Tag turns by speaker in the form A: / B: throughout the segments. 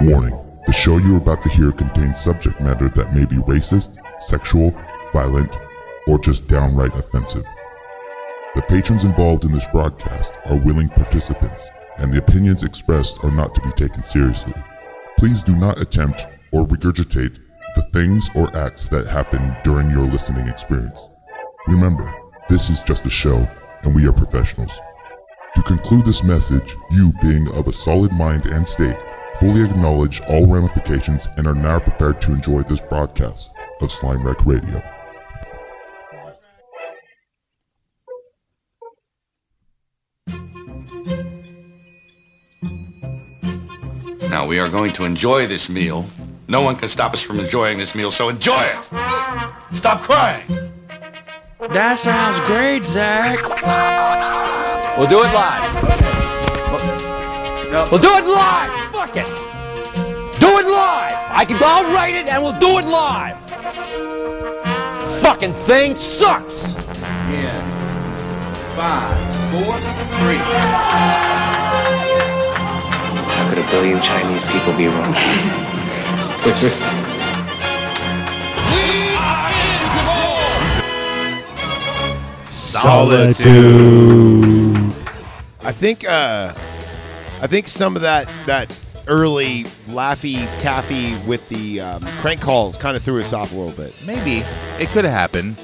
A: Warning the show you're about to hear contains subject matter that may be racist, sexual, violent, or just downright offensive. The patrons involved in this broadcast are willing participants, and the opinions expressed are not to be taken seriously. Please do not attempt or regurgitate the things or acts that happen during your listening experience. Remember, this is just a show, and we are professionals. To conclude this message, you, being of a solid mind and state, fully acknowledge all ramifications and are now prepared to enjoy this broadcast of Slime Wreck Radio.
B: Now, we are going to enjoy this meal. No one can stop us from enjoying this meal, so enjoy it! Stop crying!
C: That sounds great, Zach.
D: We'll do it live. We'll do it live. Fuck it. Do it live. I can. I'll write it, and we'll do it live. Fucking thing sucks.
E: Ten, five, four, three.
F: How could a billion Chinese people be wrong?
G: Solitude. I think uh, I think some of that that early laffy taffy with the um, crank calls kind of threw us off a little bit.
H: Maybe it could have happened,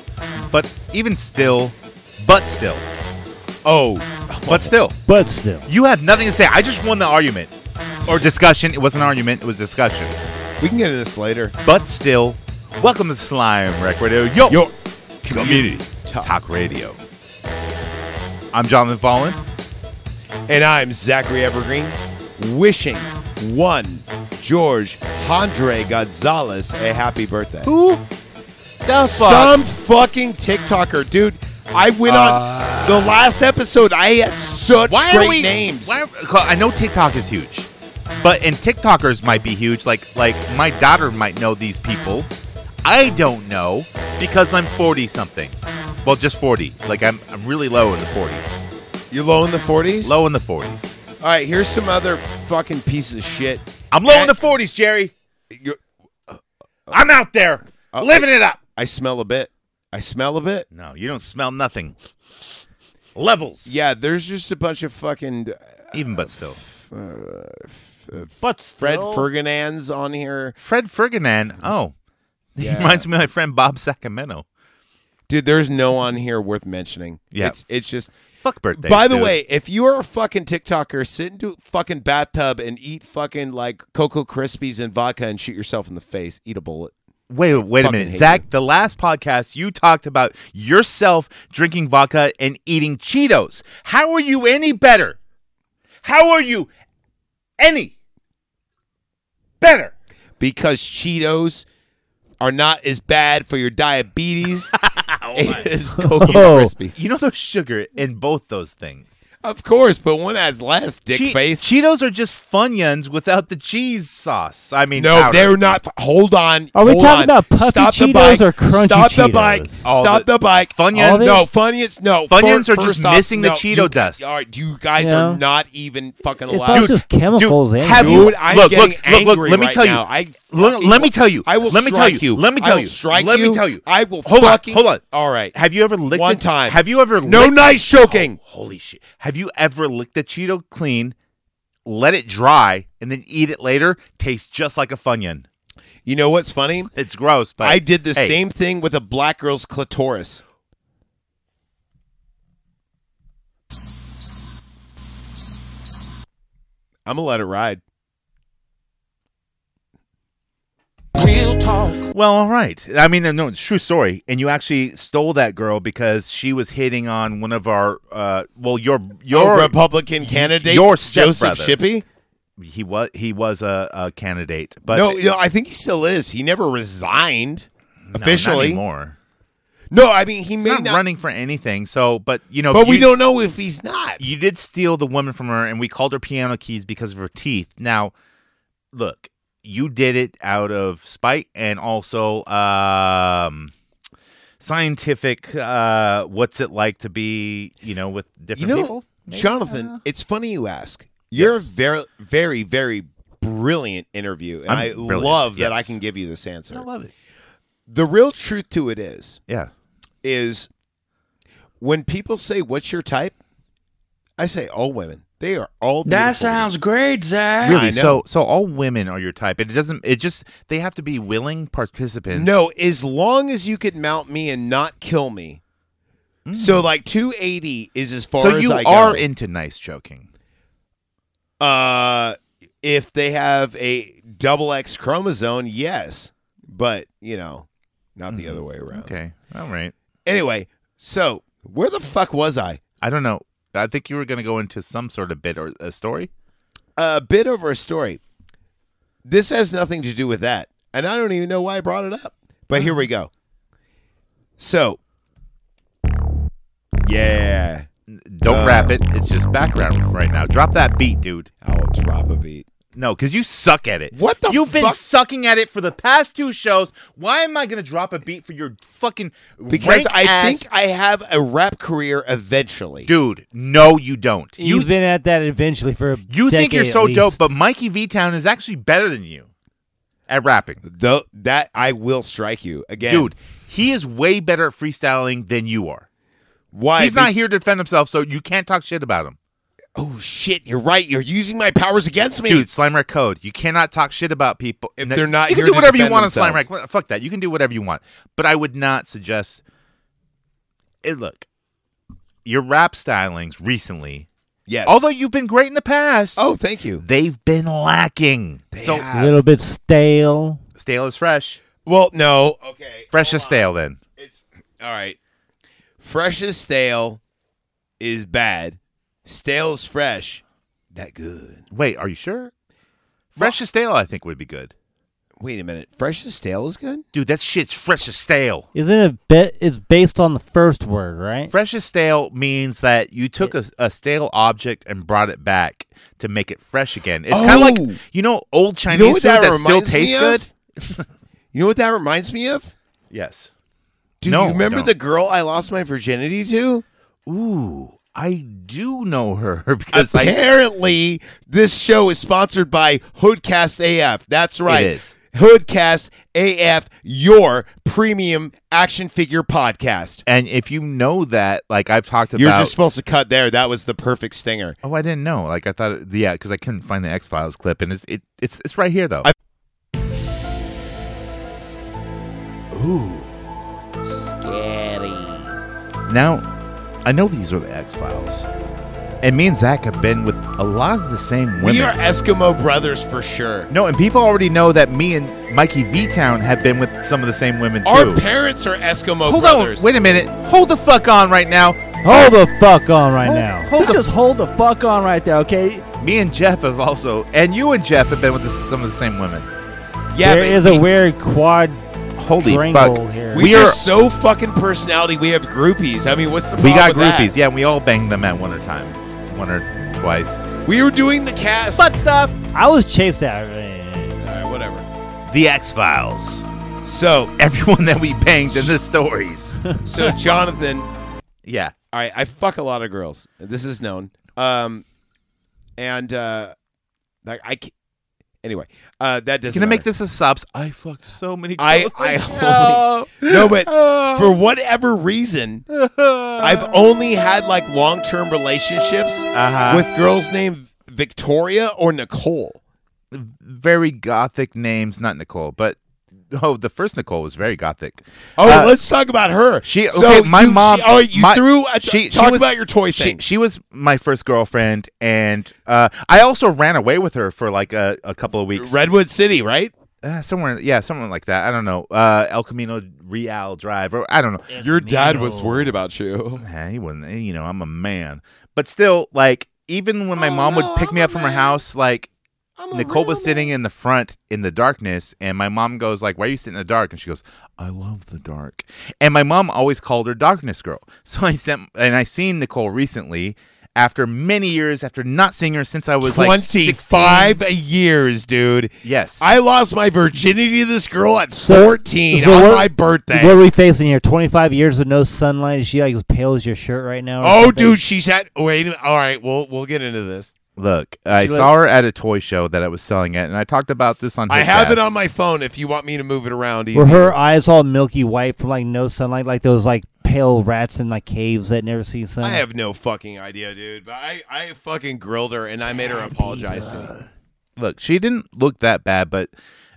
H: but even still, but still,
G: Oh,
H: but still,
I: But still,
H: you had nothing to say. I just won the argument or discussion. It wasn't an argument; it was discussion.
G: we can get into this later.
H: But still, welcome to Slime Wreck Radio. Yo,
G: Yo,
H: community
G: Talk.
H: talk. radio. I'm Jonathan Fallon.
G: and I'm Zachary Evergreen, wishing one George Andre Gonzalez a happy birthday.
H: Who the fuck?
G: Some fucking TikToker, dude. I went on the last episode. I had
H: Uh.
G: such
H: why
G: great
H: are we
G: names.
H: Why are, 'cause I know TikTok is huge, but and TikTokers might be huge. Like like my daughter might know these people. I don't know because I'm 40 something. Well, just 40. Like I'm I'm really low in the 40s.
G: You're low in the 40s.
H: Low in the 40s.
G: All right, here's some other fucking pieces of shit.
H: I'm low in
G: And-
H: the 40s, Jerry.
G: You-
H: I'm out there
G: Uh,
H: living it up.
G: I smell a bit. I smell a bit.
H: Oh. No, you don't smell nothing. Levels.
G: Yeah, there's just a bunch of fucking
H: Even but still.
I: but
G: Fred
I: still,
G: Ferdinands on here,
H: Fred Ferdinand. Oh. He
G: Yeah.
H: reminds me of my friend Bob Sacramento.
G: dude. There's no on here worth mentioning.
H: Yeah.
G: it's it's just.
H: Fuck birthday.
G: By the way, if you are a fucking TikToker, sit into a fucking bathtub and eat fucking like Cocoa Krispies and vodka and shoot yourself in the face. Eat a bullet.
H: Wait, wait a
G: fucking
H: minute,
G: hate
H: Zach. The last podcast you talked about yourself drinking vodka and eating Cheetos. How are you any better? How are you any better?
G: because Cheetos are not as bad for your diabetes as Cocoa
I: Oh.
G: Krispies.
H: You know there's sugar in both those things.
G: Of course, but one has less dick
H: Che-
G: face.
H: Cheetos are just Funyuns without the cheese sauce. I mean,
G: no,
H: powder.
G: they're not. Hold on.
I: Are we
G: hold
I: talking
G: on.
I: about puffy
G: Stop the
I: Cheetos
G: bike.
I: or crunchy
G: Stop the
I: Cheetos?
G: bike.
H: All
G: Stop
H: the-
G: the bike.
I: All
H: Funyuns.
I: the-
G: No, Funyuns. No,
H: Funyuns
G: Fir-
H: are just
G: first off,
H: missing the
G: no,
H: Cheeto
G: you,
H: dust.
G: All right, you guys
I: Yeah.
G: are not even fucking
I: It's
G: allowed.
I: all just chemicals.
H: Dude,
I: anyway.
H: have you?
G: Dude, I'm
H: look,
G: getting
H: look, look, look,
G: angry
H: Let me
G: right
H: tell you.
G: now. I
H: Look,
G: fucking
H: let me
G: will-
H: tell you.
G: I will
H: Let me tell
G: strike
H: you.
G: you.
H: Let me
G: I
H: tell
G: will
H: you.
G: strike
H: Let me
G: you.
H: tell you.
G: I will
H: Hold
G: fucking-
H: on. Hold on.
G: All right.
H: Have you ever licked
G: One
H: a-
G: time.
H: Have you ever?
G: No
H: licked, Oh,
G: nice choking.
H: Holy shit! Have you ever licked a Cheeto clean, let it dry, and then eat it later? Tastes just like a funyun.
G: You know what's funny?
H: It's gross, but
G: I did the
H: hey,
G: same thing with a black girl's clitoris. I'm gonna let it ride.
H: Well, all right. I mean, no, it's a true story. And you actually stole that girl because she was hitting on one of our, uh, well, your your
G: Your Republican candidate,
H: your
G: Joseph
H: stepbrother.
G: Shippey.
H: he was he was a, a candidate, but
G: no, you know, I think he still is. He never resigned
H: No, not
G: officially.
H: anymore.
G: No, I mean he
H: He's
G: may
H: not,
G: not,
H: running for anything. So, but you know,
G: but we
H: you-
G: don't know if he's not.
H: You did steal the woman from her, and we called her piano keys because of her teeth. Now, look, you did it out of spite and also um, scientific. Uh, what's it like to be, you know, with different
G: you know,
H: people? Maybe?
G: Jonathan, it's funny you ask. You're a very, very, very brilliant interview, and
H: I'm
G: I
H: brilliant,
G: love that
H: yes.
G: I can give you this answer.
H: I love it.
G: The real truth to it is,
H: Yeah.
G: is when people say, "What's your type?" I say, "All women. They are all."
C: That
G: beautiful women.
C: sounds great, Zach.
G: Really? I know.
H: So so all women are your type. It doesn't it just they have to be willing participants.
G: No, as long as you could mount me and not kill me. So like 280 is as far
H: Hmm. So
G: as
H: you
G: I
H: are
G: go.
H: into nice joking.
G: uh if they have a double X chromosome, yes. But, you know, not the other way around.
H: Mm-hmm. Okay. All right.
G: Anyway, so where the fuck was I?
H: I don't know. I think you were going to go into some sort of bit or a story.
G: A bit over a story. This has nothing to do with that. And I don't even know why I brought it up. But
H: Uh-huh.
G: here we go. So, yeah.
H: Don't
G: Uh.
H: wrap it. It's just background right now. Drop that beat, dude.
G: I'll drop a beat.
H: No, because you suck at it.
G: What the
H: You've been
G: fuck?
H: sucking at it for the past two shows. Why am I going to drop a beat for your fucking
G: Because
H: rank
G: I
H: ass-
G: think I have a rap career eventually.
H: dude? No, you don't.
I: You've
H: You
I: been at that eventually for a
H: you think you're
I: decade at
H: so dope,
I: least.
H: but Mikey V Town is actually better than you at rapping,
G: Though that I will strike you again,
H: dude. He is way better at freestyling than you are.
G: Why?
H: He's not here to defend himself, so you can't talk shit about him,
G: Oh shit! You're right. You're using my powers against me.
H: dude. Slime Rack Code. You cannot talk shit about people
G: If they're not
H: You can
G: here
H: do
G: to
H: whatever you
G: defend
H: want on Slime
G: themselves.
H: Rack. Fuck that. You can do whatever you want, but I would not suggest. It look, your rap stylings recently
G: Yes.
H: Although you've been great in the past,
G: oh, thank you.
H: they've been lacking. so
I: a little bit stale.
H: stale is fresh,
G: Well, no. Okay.
H: fresh is stale. Then
G: It's all right. Fresh is stale is bad. Stale is fresh. That good.
H: wait, are you sure? Fresh is stale, I think would be good,
G: Wait a minute. Fresh is stale is good.
H: dude. That shit's fresh as stale.
I: Isn't it? Be- it's based on the first word, right?
H: Fresh as stale means that you took a, a stale object and brought it back to make it fresh again. It's kind of
G: Oh!
H: like you know old
G: You
H: Chinese
G: know what
H: food that,
G: that,
H: still
G: reminds me
H: tastes good.
G: of? you know what that reminds me of?
H: Yes.
G: Do
H: No, I
G: you remember
H: don't.
G: the girl I lost my virginity to?
H: Ooh, I do know her because I.
G: Apparently, this show is sponsored by Hoodcast AF. That's right.
H: is.
G: Hoodcast AF, your premium action figure podcast.
H: And if you know that, like I've talked about,
G: You're just supposed to cut there. That was the perfect stinger.
H: Oh, I didn't know. Like I thought, it, yeah, because I couldn't find the X Files clip, and it's it, it's it's right here though.
G: I-
H: now, I know these are the X Files, and me and Zach have been with a lot of the same women.
G: We are Eskimo brothers for sure.
H: no, and people already know that me and Mikey V Town have been with some of the same women
G: Our
H: too.
G: parents are Eskimo
H: hold
G: Oh, brothers.
H: on, wait a minute, hold the fuck on right now.
I: Hold the fuck on right now.
J: You just hold the fuck on right there, okay?
H: Me and Jeff have also, and you and Jeff have been with the, some of the same women.
G: yeah,
I: there
G: but
I: is
G: we-
I: a weird quad
H: Holy
I: triangle
H: fuck,
I: here.
G: we,
H: we
G: are
H: are-
G: so fucking personality. We have groupies. I mean, what's the
H: We
G: problem
H: got
G: with that?
H: groupies. Yeah, we all banged them at one or time, one or twice.
G: We were doing the cast.
H: stuff.
I: I was chased out.
G: All right, whatever.
H: The X Files.
G: So,
H: Everyone that we banged in the stories.
G: so Jonathan,
H: yeah.
G: all right, I fuck a lot of girls. This is known. Um, and uh, like I, ca- anyway, uh, that doesn't.
H: Can I make
G: matter.
H: this a subs? I fucked so many.
G: I,
H: girls.
G: I
H: No.
G: only, no, but for whatever reason, I've only had like long-term relationships
H: Uh-huh.
G: with girls named Victoria or Nicole.
H: very gothic names. Not Nicole, but oh, the first Nicole was very gothic.
G: Oh,
H: Uh,
G: let's talk about her.
H: She
G: So
H: okay. My
G: you-
H: mom.
G: She, all right, you
H: my-
G: threw. A,
H: she- she
G: talk
H: was-
G: about your toy
H: she-
G: thing.
H: She, was my first girlfriend, and uh, I also ran away with her for like a, a couple of weeks.
G: Redwood City, right?
H: uh, somewhere yeah somewhere like that i don't know uh el camino real drive or i don't know
G: Your dad was worried about you.
H: Eh, he wasn't eh, you know i'm a man but still like even when my mom would pick me up from her house like nicole was sitting in the front in the darkness and my mom goes like why are you sitting in the dark and she goes i love the dark and my mom always called her darkness girl so i sent and i seen nicole recently after many years after not seeing her since i was like
G: 25
H: 16.
G: years, dude.
H: yes
G: I lost my virginity to this girl at
I: So-
G: 14
I: so
G: on
I: what-
G: my birthday.
I: What are we facing here? Twenty-five years of no sunlight. Is she like as pale as your shirt right now? or
G: oh,
I: something?
G: dude, she's at. Wait, a minute. all right, we'll we'll get into this.
H: Look, I
G: She
H: saw her at a toy show that I was selling at, and I talked about this on.
G: I have it
H: Hitcast.
G: on my phone. If you want me to move it around, easy.
I: Were her eyes all milky white from like no sunlight, like those like pale rats in like caves that never see sun?
G: I have no fucking idea, dude. But I, I fucking grilled her and I made her apologize to me.
H: Look, she didn't look that bad, but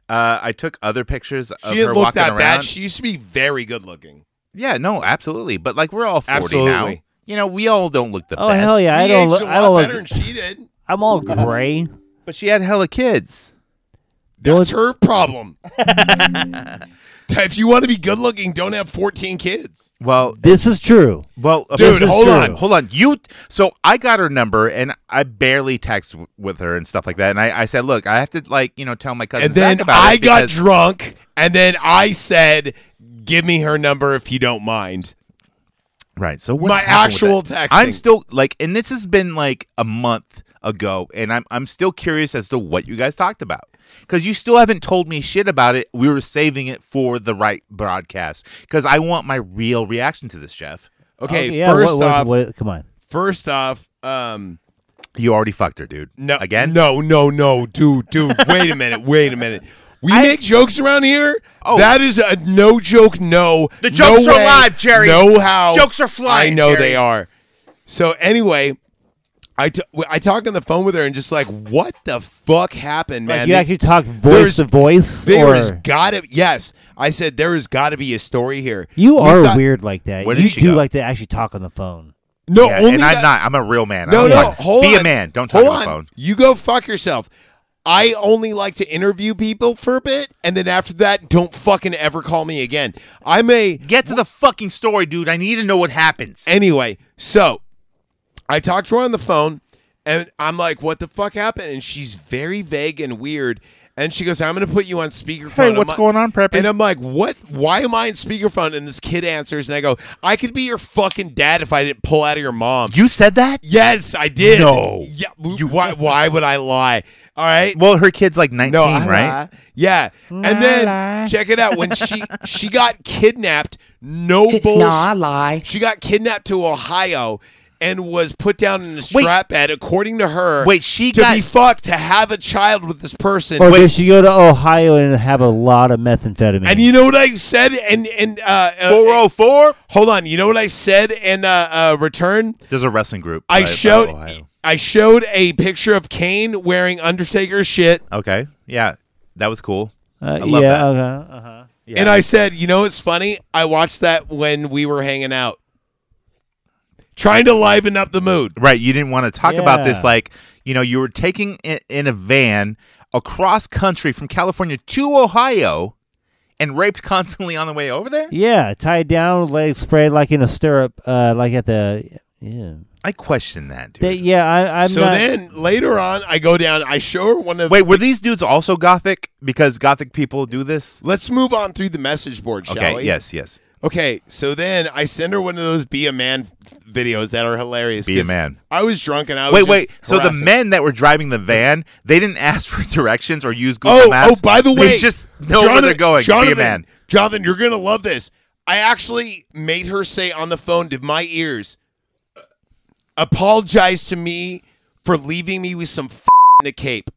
H: uh, I took other pictures of
G: She
H: her
G: didn't look
H: walking
G: that
H: around.
G: bad. She used to be very good looking.
H: yeah, no, absolutely. But like, we're all forty now.
G: Absolutely.
H: You know, we all don't look the
I: Oh
H: best.
I: hell yeah! I
G: She
I: don't
G: aged
I: look.
G: a
I: I
G: lot
I: don't look.
G: better than she did.
I: I'm all gray.
H: But she had hella kids.
I: The only-
G: That's her problem. if you want to be good looking, don't have 14 kids.
H: Well,
I: This is true.
H: well,
G: Dude,
I: is
G: hold
I: true.
G: on.
H: hold on. You so I got her number and I barely text w- with her and stuff like that. And I, I said, look, I have to like you know tell my cousin
G: And then
H: Zach about
G: I
H: it
G: got
H: because-
G: drunk, and then I said, "Give me her number if you don't mind."
H: Right. So what
G: My
H: happened with
G: actual
H: that?
G: texting.
H: I'm still like, and this has been like a month ago, and I'm I'm still curious as to what you guys talked about because you still haven't told me shit about it. We were saving it for the right broadcast because I want my real reaction to this, Jeff.
G: Okay,
I: yeah,
G: first
I: what, what-
G: off,
I: what- come on.
G: first off, um,
H: You already fucked her, dude.
G: no,
H: again.
G: no, no, no, dude, dude, wait a minute, wait a minute. We make jokes around here.
H: Oh.
G: That is a no joke. No,
H: The
G: no
H: jokes are
G: way,
H: live, Jerry.
G: No how
H: Jokes are flying,
G: I know
H: Jerry.
G: they are. So anyway, I t- I talked on the phone with her and just like, what the fuck happened, man?
I: Like, you
G: They-
I: actually talk
G: there's-
I: voice to voice,
G: There
I: or
G: has gotta yes. I said there has gotta be a story here.
I: you
G: We
I: are
G: thought-
I: weird like that.
H: Where did
I: You
H: she
I: do
H: go?
I: like to actually talk on the phone.
G: No,
H: Yeah,
G: only
H: and I'm
G: that-
H: not. I'm a real man. I
G: No,
H: don't
G: no,
H: talk-
G: hold
H: be
G: on.
H: a man. Don't talk
G: hold
H: on the phone.
G: You go fuck yourself. I only like to interview people for a bit, and then after that, don't fucking ever call me again. I'm a
H: Get to the fucking story, dude. I need to know what happens.
G: Anyway, so I talked to her on the phone and I'm like, what the fuck happened? And she's very vague and weird. And she goes, I'm going to put you on speakerphone.
H: Hey,
G: I'm
H: what's
G: like-
H: going on, Preppy?
G: And I'm like, what? Why am I in speakerphone? And this kid answers, and I go, I could be your fucking dad if I didn't pull out of your mom.
H: you said that?
G: yes, I did.
H: No.
G: Yeah. why, why would I lie? All right.
H: Well, her kid's like 19, right?
G: I lie. Yeah. And then check it out. When she she got kidnapped, no bullshit.
K: Nah, I lie.
G: She got kidnapped to Ohio and was put down in a strap bed, according to her.
H: Wait, she
G: to
H: got-
G: be fucked to have a child with this person.
I: Or did she go to Ohio and have a lot of methamphetamine?
G: and you know what I said? And and uh, uh,
H: 404?
G: Hold on. You know what I said? And uh, uh, return.
H: There's a wrestling group. Oh,
G: I
H: out of
G: showed.
H: Ohio.
G: I showed a picture of Kane wearing Undertaker shit,
H: Okay. Yeah. That was cool.
I: Uh,
H: I love
I: yeah,
H: that.
I: okay, uh-huh.
G: and I said, "You know, it's funny. I watched that when we were hanging out, trying to liven up the mood."
H: Right. You didn't want to talk about this.
I: Yeah.
H: Like, you know, you were taking i in a van across country from California to Ohio and raped constantly on the way over there?
I: yeah. Tied down, legs sprayed like in a stirrup, uh, like at the yeah.
H: I question that, dude.
I: They- yeah, I, I'm
G: so
I: not.
G: then later on, I go down. I show her one of.
H: Wait, were these dudes also gothic? Because gothic people do this?
G: Let's move on through the message board, shall
H: okay.
G: we?
H: Yes, yes.
G: Okay. So then I send her one of those "Be a Man" videos that are hilarious.
H: Be a
G: 'cause
H: man.
G: I was drunk and I was
H: Wait,
G: just
H: wait. So the
G: harassing-
H: men that were driving the van, they didn't ask for directions or use Google
G: Oh,
H: Maps.
G: oh! By the way,
H: they just know where they're
G: Jonathan-
H: going.
G: Jonathan,
H: Be a man.
G: Jonathan, you're gonna love this. I actually made her say on the phone to my ears, apologize to me for leaving me with some f- in a cape.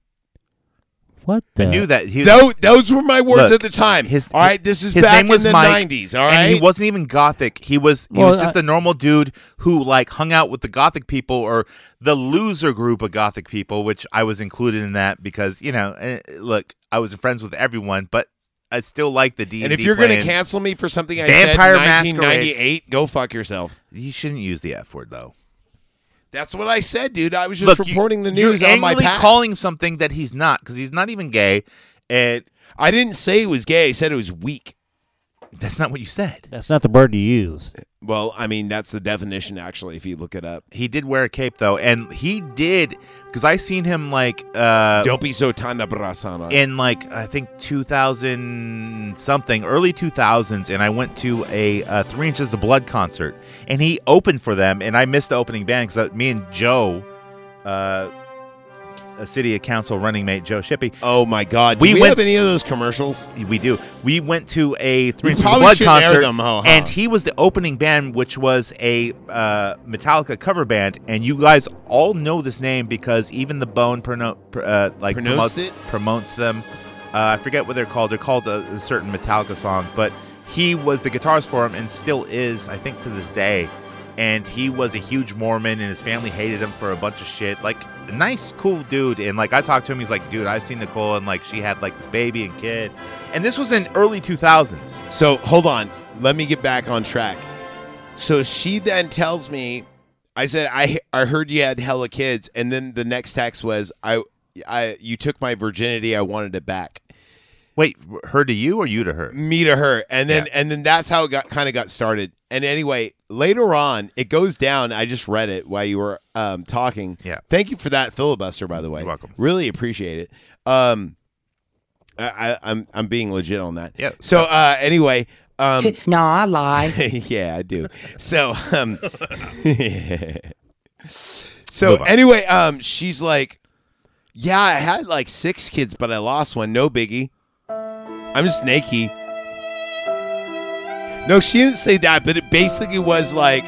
I: what the?
H: I knew that. He,
G: Those, those were my words
H: Look,
G: at the time.
H: His,
G: all right, this is
H: his
G: back
H: name was
G: in the
H: Mike,
G: 90s. All right, uh,
H: and he wasn't even gothic. He was he
I: Well,
H: was just
I: I-
H: a normal dude who like hung out with the gothic people or the loser group of gothic people, which I was included in that because you know, eh, look, I was friends with everyone, but I still like the D.
G: And if you're
H: going
G: gonna cancel me for something I
H: Vampire
G: said
H: Masquerade.
G: in 1998, go fuck yourself.
H: you shouldn't use the F word though.
G: That's what I said, dude. I was just
H: Look, you-
G: reporting the news
H: you're
G: on my
H: angrily
G: past.
H: calling something that he's not because he's not even gay, and
G: I didn't say it was gay. I said it was weak.
H: that's not what you said.
I: That's not the word to use.
G: Well, I mean that's the definition actually. If you look it up,
H: He did wear a cape though, and he did because I seen him like uh,
G: don't be so tanda brasana.
H: in like I think 2000 something, early 2000s, and I went to a uh, Three Inches of Blood concert, and he opened for them, and I missed the opening band because me and Joe, uh, a city council running mate Joe Shippey.
G: Oh my God! Do we have any of those commercials?
H: We do. We went to a Three Inches of
G: probably
H: Blood
G: should air
H: concert,
G: them, huh, huh?
H: and he was the opening band, which was a uh, Metallica cover band. And you guys all know this name because even the Bone prono- pr- uh, like
G: Pronounced
H: promotes
G: it?
H: promotes them. Uh, I forget what they're called. They're called a, a certain Metallica song, but he was the guitarist for him and still is, I think, to this day. And he was a huge Mormon, and his family hated him for a bunch of shit. Like, a nice, cool dude. And like, I talked to him. He's like, dude, I seen Nicole, and like, she had like this baby and kid. And this was in early 2000s.
G: So hold on, let me get back on track. So she then tells me, I said I I heard you had hella kids, and then the next text was I I you took my virginity, I wanted it back.
H: Wait, her to you or you to her?
G: Me to her, and then and then that's how it got kind of got started. And anyway, later on, it goes down. I just read it while you were um, talking.
H: Yeah.
G: Thank you for that filibuster, by the way. You're
H: welcome.
G: Really appreciate it. Um, I, I, I'm I'm being legit on that.
H: Yeah.
G: So uh, anyway, um,
K: no, I lie.
G: yeah, I do. So, um, so
H: Move on.
G: anyway, um, she's like, "Yeah, I had like six kids, but I lost one. No biggie. I'm just snaky." No, she didn't say that, but it basically was like,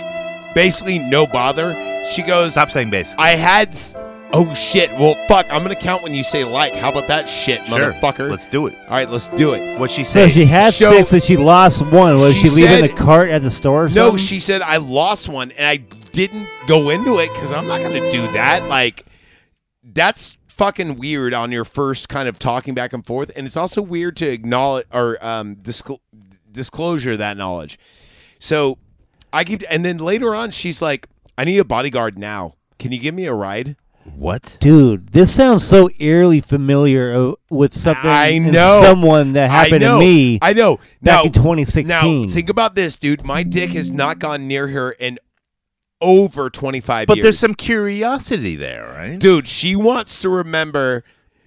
G: basically no bother. She goes, "Um,
H: "Stop saying base."
G: I had. s- Oh shit! Well, fuck! I'm gonna count when you say like. How about that shit,
H: Sure.
G: motherfucker?
H: Let's do it.
G: All right, let's do it.
H: What she
I: So
H: said?
I: she had
G: So-
I: six and she lost one. Was
G: She
I: she, leaving
G: said-
I: the cart at the store? Or
G: No,
I: something?
G: she said I lost one and I didn't go into it because I'm not going to do that. Like, that's fucking weird on your first kind of talking back and forth, and it's also weird to acknowledge or um, discl- disclosure that knowledge. So I keep, and then later on, she's like, "I need a bodyguard now. Can you give me a ride?"
H: What?
I: Dude, this sounds so eerily familiar uh, with something.
G: I
I: and
G: know
I: someone that
G: I
I: happened
G: know.
I: to me.
G: I know. now,
I: Back in 2016.
G: Now think about this, dude. My dick has not gone near her in over 25
H: But
G: years.
H: there's some curiosity there, right?
G: Dude, she wants to remember.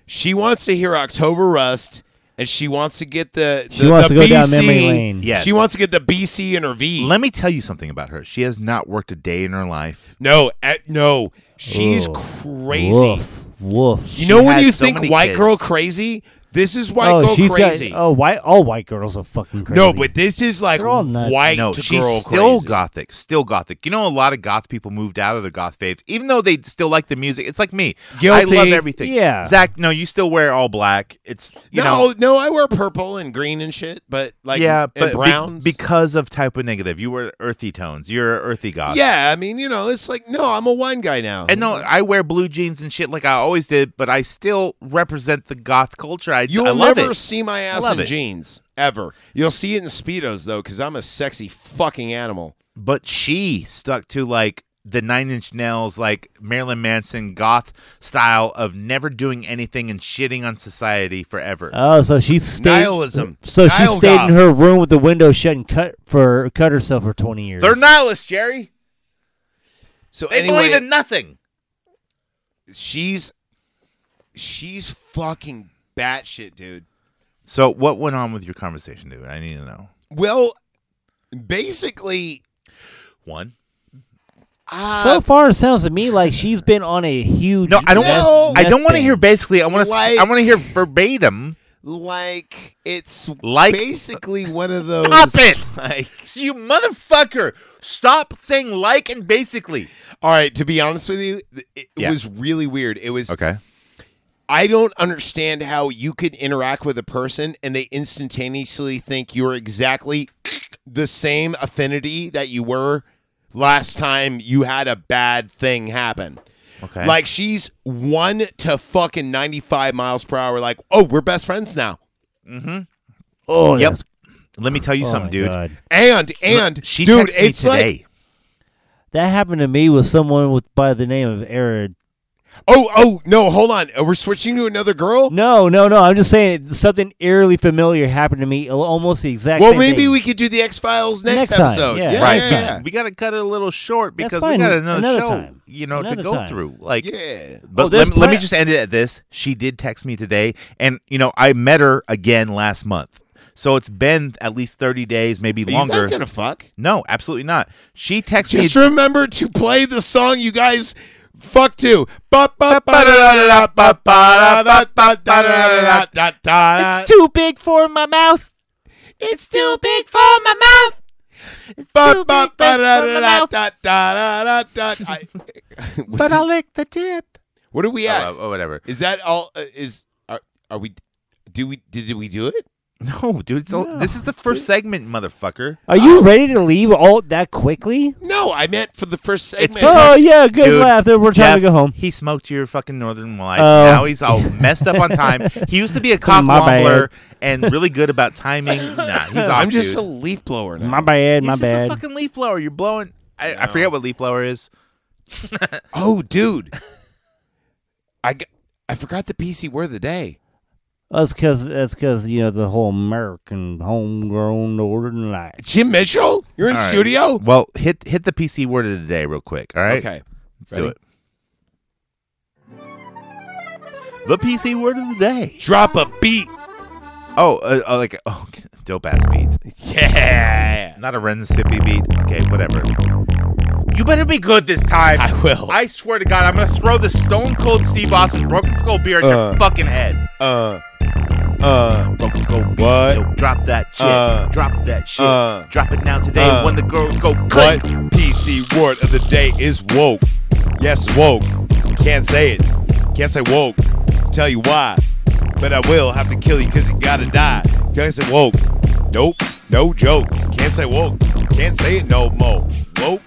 G: She wants to hear October Rust, and she wants to get the. the
I: She wants
G: the
I: to go
G: BC,
I: down memory lane.
H: Yes.
G: She wants to get the BC in her V.
H: Let me tell you something about her. She has not worked a day in her life.
G: no, eh, no, she's
I: Ugh.
G: crazy.
I: Woof, woof.
G: You know when
H: has
G: you
H: so
G: think
H: many
G: white girl
H: kids.
G: crazy? This is white
I: oh,
G: girl
I: she's
G: crazy.
I: Got, oh, white. All white girls are fucking crazy.
G: No, but this is like
I: They're all nuts.
G: white
H: no,
G: girl
H: she's still
G: crazy.
H: gothic, still gothic. You know, a lot of goth people moved out of their goth faves, even though they still like the music. It's like me. I love
G: Guilty.
H: everything.
I: Yeah.
H: Zach, no, you still wear all black. It's you
G: no,
H: know,
G: no, I wear purple and green and shit, but like
H: yeah,
G: and
H: but be-
G: browns.
H: because of type of negative. You wear earthy tones. You're an earthy goth.
G: yeah, I mean, you know, it's like no, I'm a wine guy now.
H: And no, I wear blue jeans and shit like I always did, but I still represent the goth culture. I,
G: You'll
H: I love
G: never
H: it.
G: see my ass
H: love
G: in
H: it.
G: jeans ever. You'll see it in speedos though, because I'm a sexy fucking animal.
H: but she stuck to like the nine inch nails like marilyn manson goth style of never doing anything and shitting on society forever
I: Oh, so she stayed.
G: Nihilism.
I: So she
G: Nihil
I: stayed
G: goth.
I: in her room with the window shut and cut for cut herself for twenty years.
H: they're nihilists jerry
G: So
H: they
G: anyway,
H: believe in nothing
G: she's she's fucking batshit, dude.
H: so what went on with your conversation dude i need to know
G: Well, basically,
H: one
G: uh,
I: So far, it sounds to me like she's been on a huge.
H: no i don't
G: No.
H: want i don't want to hear
I: baby.
H: basically i want to
G: Like-
H: i want to hear verbatim
G: like it's
H: Like-
G: basically one of those.
H: Stop it!
G: Like,
H: you motherfucker stop saying like and basically
G: all right, to be honest with you, th- it,
H: Yeah.
G: was really weird. It was
H: okay
G: I don't understand how you could interact with a person and they instantaneously think you're exactly the same affinity that you were last time you had a bad thing happen.
H: okay
G: Like she's one to fucking 95 miles per hour. Like, oh, we're best friends now.
I: Oh,
H: yep
I: that's-
H: let me tell you
I: oh
H: something
I: my
H: dude
I: God.
G: And, and,
H: she
G: dude,
H: texted me
G: it's like,
H: today
I: That happened to me with someone with by the name of Eric.
G: oh, oh, no, hold on. We're switching to another girl?
I: No, no, no. I'm just saying something eerily familiar happened to me. al- Almost the exact.
G: Well,
I: same
G: maybe
I: thing.
G: we could do the X Files next,
I: Next time,
G: episode.
I: yeah,
G: Yeah,
I: Right.
G: yeah,
I: next
G: yeah.
I: time.
H: we got to cut it a little short
I: That's
H: because we
I: fine.
H: got another,
I: Another
H: show,
I: time.
H: you know,
I: Another
H: to go
I: time.
H: through. Like,
G: Yeah.
H: but
I: Oh,
H: let,
I: there's
H: me- let me
I: pla-
H: just end it at this. She did text me today, and you know, I met her again last month, so it's been at least thirty days, maybe
G: Are you
H: longer.
G: guys gonna fuck?
H: no, absolutely not. She texted
G: Just
H: me.
G: remember to play the song you guys Fuck two. It's
K: It's too big for my mouth.
G: It's too big for my mouth.
K: It's too big for my mouth. But I'll lick the tip.
G: What are we at?
H: Oh, whatever.
G: Is that all? Uh, is are, are we? Do we? Did, did we do it?
H: No, dude. It's all, this is the first segment, motherfucker.
I: Are you ready to leave all that quickly?
G: No, I meant for the first segment.
I: Oh, yeah, good laugh, then we're trying to
H: Jeff,
I: go home.
H: He smoked your fucking Northern Lights.
I: Oh.
H: Now he's all messed up on time. He used to be a cock
I: My bad.
H: wobbler and really good about timing. Nah, he's off.
G: I'm just
H: dude.
G: a leaf blower now.
I: My bad,
H: You're
I: my
H: just
I: bad.
H: a fucking leaf blower. You're blowing. I, I forget what leaf blower is.
G: oh, dude, I g- I forgot the PC word of the day.
I: That's because that's because you know the whole American homegrown northern light.
G: Jim Mitchell, you're in
H: All right.
G: studio.
H: Well, hit hit the PC word of the day real quick. All right.
G: Okay,
H: Let's do it. The PC word of the day.
G: drop a beat.
H: Oh, uh, uh, like oh, dope ass beat.
G: Yeah,
H: Not a Ren Sippy beat. Okay, whatever. You better be good this time.
G: I will.
H: I swear to God, I'm gonna throw the Stone Cold Steve Austin Broken Skull beer at
G: Uh.
H: your fucking head.
G: uh, uh,
H: Broken Skull beer.
G: What?
H: Yo, drop that shit.
G: Uh.
H: drop that shit.
G: Uh.
H: drop it now today
G: Uh.
H: when the girls go click.
G: what PC word of the day is woke? Yes, woke. Can't say it. Can't say woke. Tell you why. But I will have to kill you because you gotta die. Can't say woke. Nope. No joke. Can't say woke. Can't say it no more. Woke.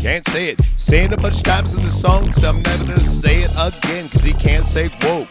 G: Can't say it. Saying a bunch of times in the song, so I'm never gonna say it again because he can't say woke.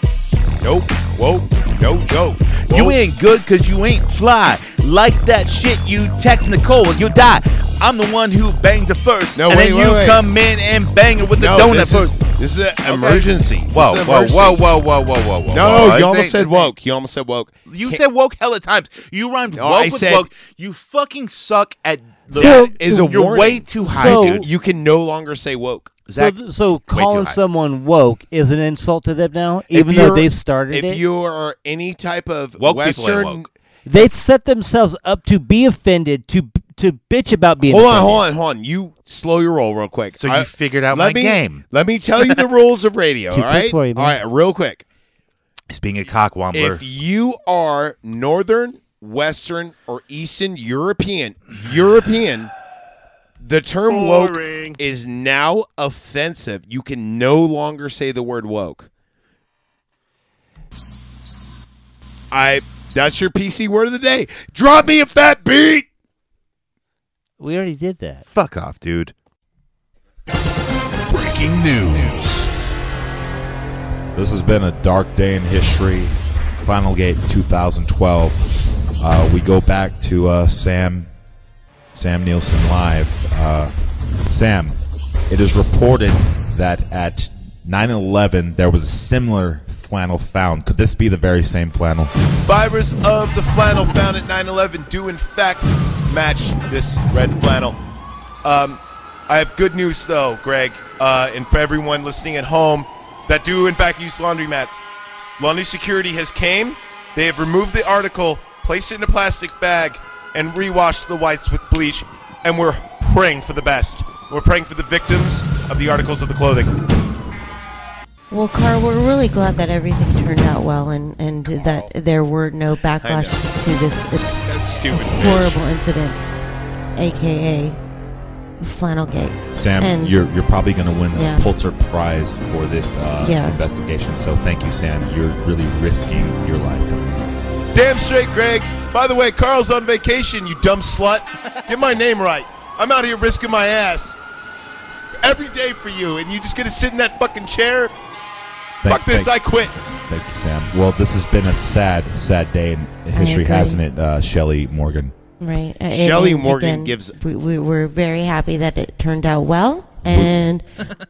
G: Nope. Woke. No joke.
H: You
G: Woke.
H: ain't good cause you ain't fly. Like that shit you text Nicole, you'll die. I'm the one who banged her first.
G: No,
H: and
G: wait,
H: then
G: wait,
H: you
G: wait.
H: come in and bang her with the
G: No,
H: donut
G: this
H: first.
G: is, this is an emergency. This
H: Whoa,
G: is an
H: whoa,
G: emergency.
H: whoa, whoa, whoa, whoa, whoa, whoa.
G: No,
H: whoa.
G: you
H: This
G: almost
H: ain't-
G: said
H: this
G: woke. You almost said woke.
H: You
G: Can't-
H: said woke hella times. You rhymed
G: No,
H: woke
G: I
H: with
G: said-
H: woke. You fucking suck at the
I: So-
G: is a
H: You're
G: warning.
H: way too high,
I: So-
H: dude.
G: you can no longer say woke.
I: So,
H: Zach,
I: th- so
H: too
I: calling
H: high.
I: someone woke is an insult to them now,
G: If
I: even though
G: you're-
I: they started
G: If
I: it.
G: you are any type of
H: Woke people ain't
G: Western,
H: woke.
I: they set themselves up to be offended, to b- to bitch about being.
G: hold on,
I: offended.
G: hold on, hold on. You slow your roll real quick.
H: So you
G: I-
H: figured out
G: let
H: my
G: me,
H: game.
G: Let me tell you the rules of radio. all
I: Too quick
G: right,
I: for you,
G: all
I: man.
G: right, real quick.
H: It's being a cock wombler.
G: If you are northern, western, or eastern European, European, the term woke is now offensive. You can no longer say the word woke. I that's your PC word of the day. Drop me a fat beat.
I: We already did that.
H: Fuck off, dude.
L: Breaking news. This has been a dark day in history. Final Gate 2012. Uh, we go back to uh, Sam Sam Nielsen live. Uh, Sam, it is reported that at 9/11 there was a similar flannel found. Could this be the very same flannel?
G: Fibers of the flannel found at 9/11 do in fact match this red flannel. Um, I have good news though, Greg, uh, and for everyone listening at home that do in fact use laundromats. Laundry Security has came. They have removed the article, placed it in a plastic bag, and rewashed the whites with bleach. And we're praying for the best. We're praying for the victims of the articles of the clothing.
M: Well, Carl, we're really glad that everything turned out well and, and that there were no backlashes to this uh,
G: That's stupid.
M: horrible incident, aka Flannelgate.
L: Sam,
M: and
L: you're you're probably going to win a
M: Yeah.
L: Pulitzer Prize for this uh,
M: Yeah.
L: investigation. So thank you, Sam. You're really risking your life. doing this.
G: Damn straight, Greg. By the way, Carl's on vacation, you dumb slut. Get my name right. I'm out here risking my ass every day for you, and you just gonna sit in that fucking chair?
L: Thank-
G: Fuck this,
L: thank-
G: I quit.
L: Thank you, Sam. Well, this has been a sad, sad day in history,
M: agree.
L: hasn't it, uh, Shelly Morgan?
M: right. uh,
G: Shelley
M: and
G: Morgan
M: again,
G: gives-
M: We, we were very happy that it turned out well, and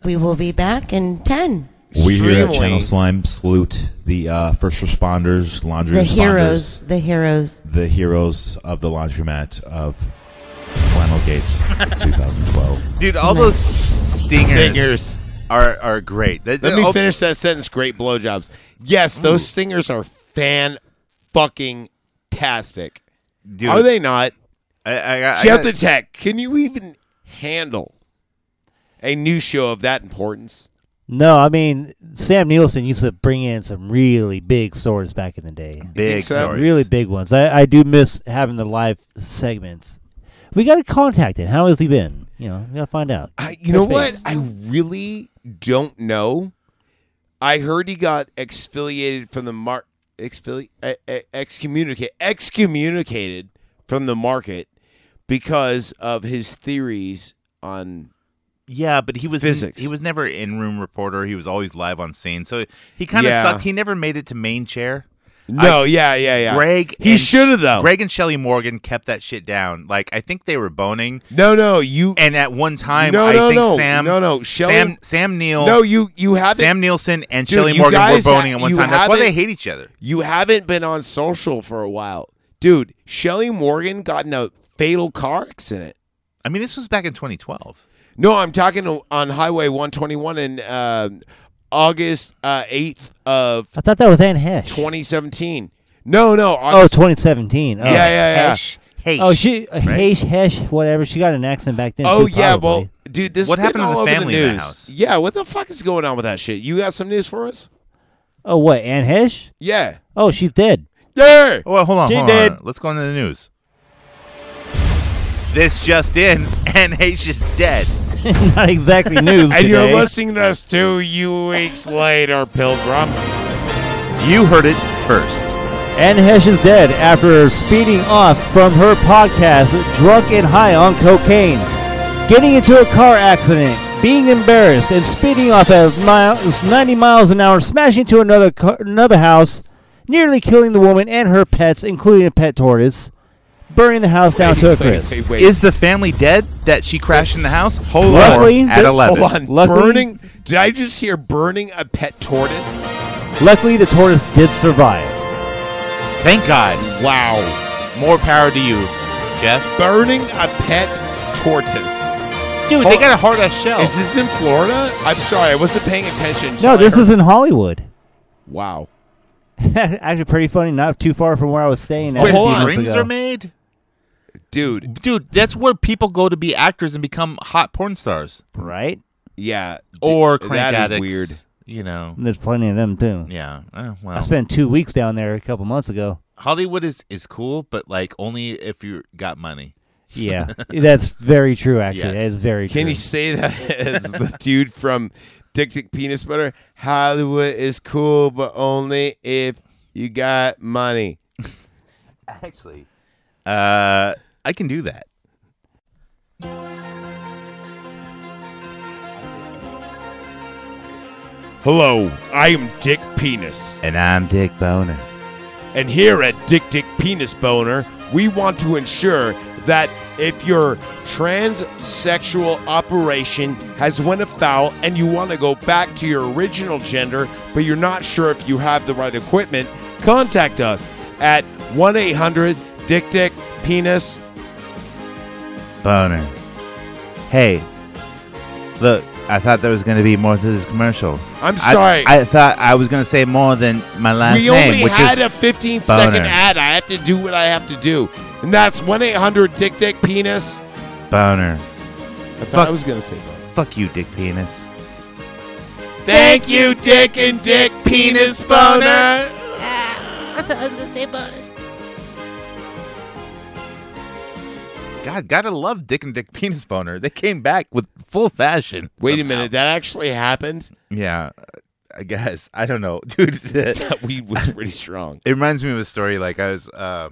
M: we will be back in ten.
L: We here at
G: Extremely.
L: Channel Slime salute the uh, first responders, laundry
M: The
L: responders,
M: heroes, the heroes.
L: the heroes of the laundromat of Flannel Gate 2012.
H: Dude, all those stingers, are are great. They-
G: Let
H: they're
G: me
H: all-
G: finish that sentence. Great blowjobs. Yes, those stingers are fan fucking tastic.
H: Dude,
G: Are they not?
H: I, I, I,
G: Jeff the Tech, can you even handle a new show of that importance?
I: No, I mean Sam Nielsen used to bring in some really big stories back in the day.
H: Big so? stories.
I: really big ones. I, I do miss having the live segments. We got to contact him. How has he been? You know, we got to find out.
G: I, you know what? I really don't know. I heard he got exfiliated from the mark, exfili- excommunicated, excommunicated from the market because of his theories on
H: Yeah, but he was
G: Physics.
H: he was never in room reporter. He was always live on scene. So he kind of
G: Yeah.
H: sucked. He never made it to main chair.
G: No, yeah, yeah, yeah.
H: Greg.
G: He
H: and-
G: shoulda, though.
H: Greg and Shelly Morgan kept that shit down. Like I think they were boning.
G: No, no, you.
H: And at one time,
G: No,
H: I
G: no,
H: think
G: no.
H: Sam.
G: No, no, Shelley-
H: Sam. Sam Neil.
G: No, you- you haven't-
H: Sam Nielsen and
G: Dude,
H: Shelly
G: you
H: Morgan were
G: guys ha-
H: boning at one
G: you
H: time. That's why they
G: haven't-
H: hate each other.
G: You haven't been on social for a while. Dude, Shelly Morgan got in a fatal car accident.
H: I mean, this was back in 2012.
G: No, I'm talking o- on Highway 121 in uh, August uh, 8th of
I: I thought that was Anne Hesh.
G: 2017. No, no.
I: Oh,
G: August,
I: 2017. Oh.
G: Yeah, yeah, yeah. Hesh.
I: Oh, she
G: Right?
I: Hesh, Hesh, whatever. She got an accent back then.
G: Oh
I: too,
G: yeah,
I: probably.
G: well, dude, this
I: What
G: has
I: happened
G: been
I: to the
G: all over
I: family in that
G: news.
I: house?
G: Yeah, what the fuck is going on with that shit? You got some news for us?
I: Oh, what Anne Hesh?
G: Yeah.
I: Oh, she's dead.
G: Yeah.
H: Oh, well, hold on,
I: She
H: hold
I: did.
H: on. Let's go into the news. This just in, and H is dead.
I: Not exactly news.
G: and you're
I: today.
G: listening to us two you weeks later, Pilgrim.
H: You heard it first.
I: Anne Hesh is dead after speeding off from her podcast, drunk and high on cocaine, getting into a car accident, being embarrassed, and speeding off at miles, 90 miles an hour, smashing into another car, another house, nearly killing the woman and her pets, including a pet tortoise, burning the house down to a crisp.
H: Is the family dead that she crashed in the house? Hold
I: Luckily-
H: on. At
I: Hold
H: 11.
G: on.
I: Luckily-
G: burning? Did I just hear burning a pet tortoise?
I: Luckily, the tortoise did survive.
H: Thank God.
G: Wow.
H: More power to you, Jeff.
G: Burning a pet tortoise.
H: Dude, they got a hard ass shell.
G: Is this in Florida? I'm sorry, I wasn't paying attention. till
I: No,
G: I
I: this
G: heard-
I: is in Hollywood.
G: Wow.
I: Actually, pretty funny. Not too far from where I was staying.
H: Where
I: a few months
H: rings
I: ago.
H: are made?
G: Dude.
H: Dude, that's where people go to be actors and become hot porn stars.
I: Right?
G: Yeah. d-
H: Or
G: that
H: crank
G: is
H: addicts.
G: weird.
H: You know.
I: There's plenty of them too.
H: Yeah. Oh,
I: I
H: well.
I: spent two weeks down there a couple months ago.
H: Hollywood is, is cool, but like only if you got money.
I: Yeah, that's very true. Actually, that is very
G: Can
I: true.
G: you say that as the dude from Dick Dick Penis Butter? Hollywood is cool, but only if you got money.
H: Actually, uh, I can do that.
G: Hello, I am Dick Penis.
H: And I'm Dick Boner.
G: And here at Dick Dick Penis Boner, we want to ensure that if your transsexual operation has went afoul and you want to go back to your original gender, but you're not sure if you have the right equipment, contact us at 1 800 Dick Dick Penis.
H: Boner. Hey, look, I thought there was going to be more to this commercial.
G: I'm
H: I-
G: sorry.
H: I, thought I was going to say more than my last
G: we
H: name,
G: only
H: which
G: had
H: is
G: a
H: Boner.
G: 15 second ad. I have to do what I have to do. And that's 1 800 Dick Dick Penis.
H: Boner.
G: I thought
H: Fuck.
G: I was going to say that.
H: Fuck you, dick penis.
G: Thank you, Dick and Dick Penis Boner.
K: I was gonna say boner.
H: God, gotta love Dick and Dick Penis Boner. They came back with full fashion.
G: Wait a minute, that actually happened?
H: Yeah, I guess. I don't know. Dude,
G: That weed was pretty strong.
H: It reminds me of a story. Like I was, uh,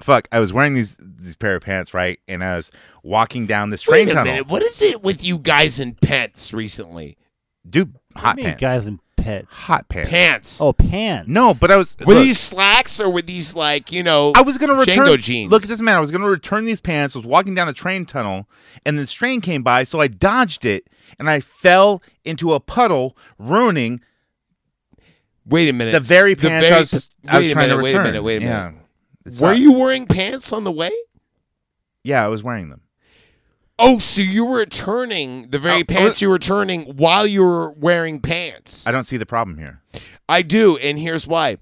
H: fuck, I was wearing these these pair of pants, right? And I was walking down this train
G: Wait a
H: tunnel.
G: minute, what is it with you guys in pants recently?
H: Dude, hot
I: I mean,
H: pants.
I: guys and pets.
H: Hot pants.
G: Pants.
I: Oh, pants.
H: No, but I was.
G: Were
H: look,
G: these slacks or were these like, you know,
H: I was gonna return
G: Django jeans?
H: Look, it doesn't matter. I was gonna return these pants. I was walking down a train tunnel, and this train came by, so I dodged it, and I fell into a puddle, ruining
G: Wait a minute.
H: the very pants I was, I was
G: wait a
H: trying
G: minute,
H: to
G: wait a
H: return.
G: minute, wait a
H: Yeah.
G: minute.
H: It
G: Were
H: sucked.
G: you wearing pants on the way?
H: Yeah, I was wearing them.
G: Oh, so you were returning the very
H: Oh, I was-
G: pants you were returning while you were wearing pants.
H: I don't see the problem here.
G: I do, and here's why.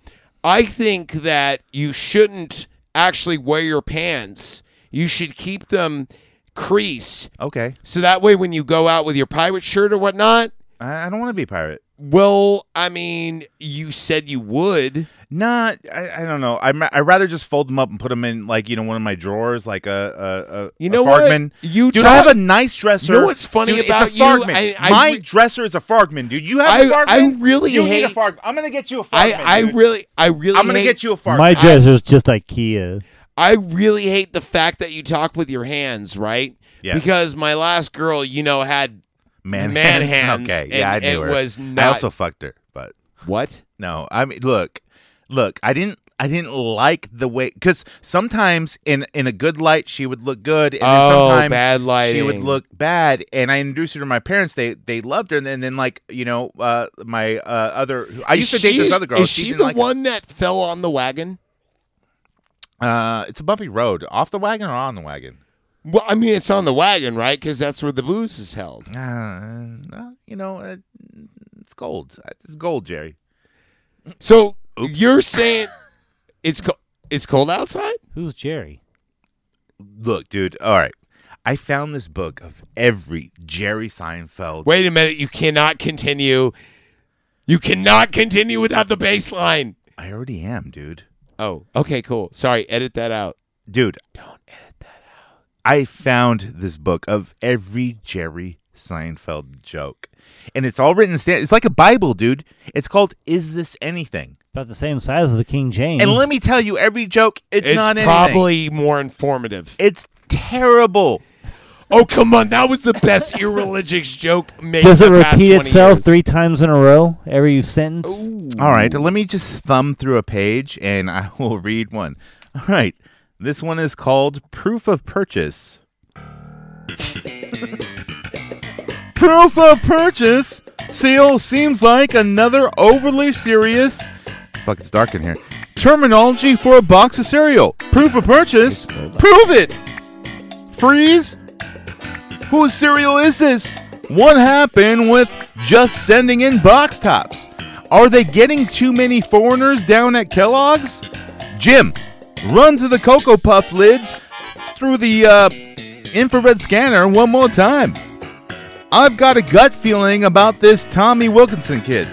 G: I think that you shouldn't actually wear your pants. You should keep them creased.
H: Okay.
G: So that way when you go out with your pirate shirt or whatnot,
H: I, I don't want to be a pirate.
G: Well, I mean, you said you would.
H: Nah, I, I don't know. I'm, I'd rather just fold them up and put them in, like, you know, one of my drawers, like a, a, a
G: You know
H: a
G: what?
H: Fargman.
G: You
H: dude,
G: taught-
H: I have a nice dresser.
G: You know what's funny
H: Dude, it's
G: about
H: a
G: you?
H: Fargman.
G: I- I
H: my
G: re-
H: dresser is a Fargman, dude. You have a
G: I-
H: Fargman?
G: I really
H: you need
G: hate-
H: a Fargman. I'm going to get you a Fargman.
G: I, I
H: dude.
G: really, I really.
H: I'm gonna
G: hate-
H: get you a fart.
I: My dresser's just IKEA.
G: I really hate the fact that you talk with your hands, right?
H: Yes.
G: Because my last girl, you know, had
H: Man,
G: man
H: hands.
G: hands.
H: Okay,
G: and
H: yeah, I knew
G: it
H: her.
G: was not.
H: I also fucked her, but
G: what?
H: No, I mean, look, look, I didn't, I didn't like the way because sometimes in in a good light she would look good, and then
G: Oh,
H: sometimes
G: bad
H: she would
G: lighting.
H: look bad. And I introduced her to my parents; they they loved her, and then, then like you know, uh, my uh, other I
G: Is
H: used to date this
G: she-
H: other girl.
G: Is
H: she
G: she
H: didn't
G: the
H: like her.
G: one that fell on the wagon?
H: Uh, it's a bumpy road. Off the wagon or on the wagon?
G: Well, I mean, it's on the wagon, right? Because that's where the booze is held.
H: Uh, you know, uh, it's gold. It's gold, Jerry.
G: So you're saying it's co- it's cold outside?
I: Who's Jerry?
H: Look, dude. All right, I found this book of every Jerry Seinfeld.
G: Wait a minute, you cannot continue. You cannot continue without the baseline.
H: I already am, dude.
G: Oh, okay, cool. Sorry, edit that out.
H: Dude. Don't edit that out. I found this book of every Jerry Seinfeld joke. And it's all written in stand- it's like a Bible, dude. It's called Is This Anything?
I: About the same size as the King James.
H: And let me tell you, every joke, it's, not anything.
G: probably more informative.
H: It's terrible.
G: Oh come on, that was the best irreligious joke made.
I: Does it
G: in the past
I: repeat
G: 20
I: itself
G: years.
I: three times in a row every sentence?
H: All right, let me just thumb through a page and I will read one. All right. This one is called Proof of Purchase. Proof of Purchase? Seal seems like another overly serious. Fuck, it's dark in here. Terminology for a box of cereal. Proof of purchase? Prove it! Freeze? Whose cereal is this? What happened with just sending in box tops? Are they getting too many foreigners down at Kellogg's? Jim, run to the Cocoa Puff lids through the uh, infrared scanner one more time. I've got a gut feeling about this Tommy Wilkinson kid.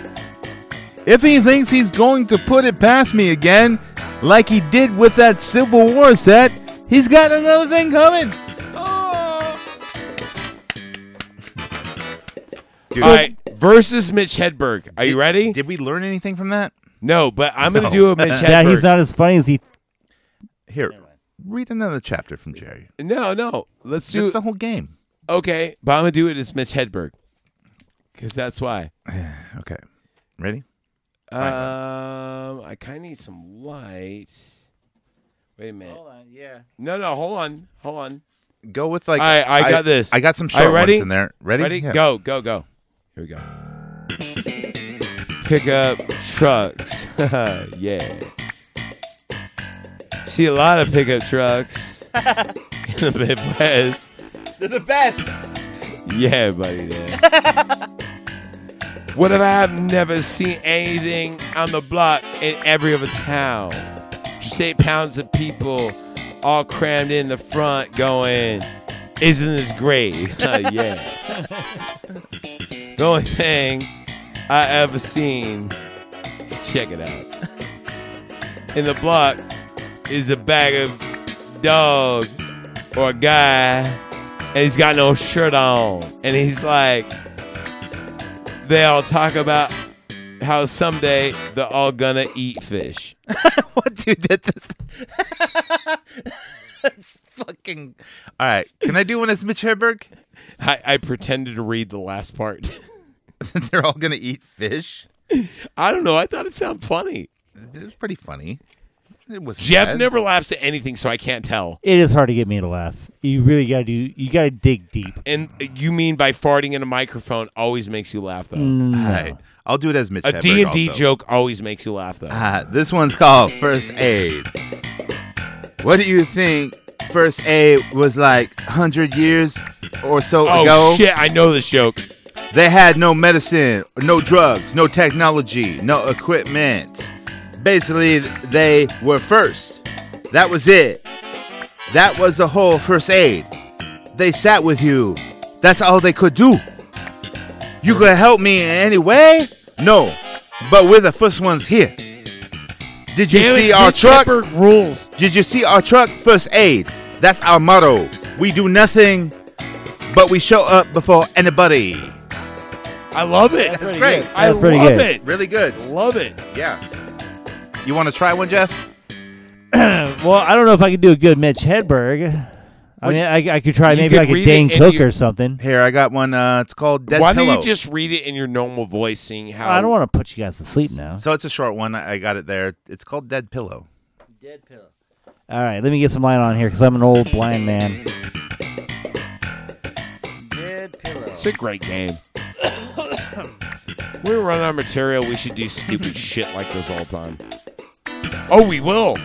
H: If he thinks he's going to put it past me again, like he did with that Civil War set, he's got another thing coming.
G: All right, versus Mitch Hedberg. Are you ready?
H: Did we learn anything from that?
G: No, but I'm
H: No.
G: gonna do a Mitch Hedberg.
I: yeah, he's not as funny as he.
H: Here, read another chapter from Jerry.
G: No, no. Let's do
H: That's the whole game.
G: Okay, but I'm gonna do it as Mitch Hedberg because that's why.
H: Okay. Ready?
G: Um, I kind of need some light. Wait a minute. Hold on, yeah. No, no, hold on, hold on.
H: Go with like
G: I, I, got this.
H: I got some
G: All
H: short
G: right, ready?
H: ones in there. Ready?
G: Ready?
H: Yeah.
G: Go, go, go. Here we go. Pick up trucks. yeah. See a lot of pickup trucks in the Midwest.
E: They're the best.
G: Yeah, buddy. There. what if I've never seen anything on the block in every other town? Just eight pounds of people all crammed in the front going, Isn't this great? yeah. the only thing I ever seen, check it out, in the block is a bag of dog or a guy and he's got no shirt on and he's like they all talk about how someday they're all gonna eat fish.
H: what, dude? That, that's, that's fucking. All right. Can I do one as Mitch Hedberg?
G: I, I pretended to read the last part.
H: They're all gonna eat fish.
G: I don't know. I thought it sounded funny.
H: It was pretty funny. It was.
G: Jeff
H: bad.
G: never laughs at anything, so I can't tell.
I: It is hard to get me to laugh. You really gotta do. You gotta dig deep.
G: And you mean by farting in a microphone always makes you laugh, though.
H: All right. I'll do it as Mitch.
G: A
H: Hedberg
G: D and D
H: also.
G: joke always makes you laugh, though.
H: Ah, this one's called First Aid. What do you think First Aid was like 100 years or so
G: oh
H: ago?
G: shit! I know this joke.
H: They had no medicine, no drugs, no technology, no equipment. Basically, they were first. That was it. That was the whole first aid. They sat with you. That's all they could do. You gonna help me in any way? No, but we're the first ones here. Did you
G: Damn it,
H: see our
G: Dick
H: truck?
G: Shepard rules.
H: Did you see our truck? First aid. That's our motto. We do nothing, but we show up before anybody.
G: I love it. That's,
H: great.
G: I
H: That's
G: love
H: pretty good.
G: it.
H: Really good.
G: Love it.
H: Yeah. You want to try one, Jeff?
I: well, I don't know if I could do a good Mitch Hedberg. I
H: Well,
I: mean, I, I could try
H: you
I: maybe
H: could
I: like a
H: read it
I: Dane
G: and
I: Cook
G: you-
I: or something.
H: Here, I got one. Uh, it's called Dead
G: Why
H: Pillow.
G: don't you just read it in your normal voice, seeing how
I: I don't want to put you guys to sleep now.
H: So it's a short one. I I got it there. It's called Dead Pillow.
I: All right, let me get some light on here because I'm an old blind man.
G: It's a great game. we run our material. We should do stupid shit like this all the time. Oh, we will.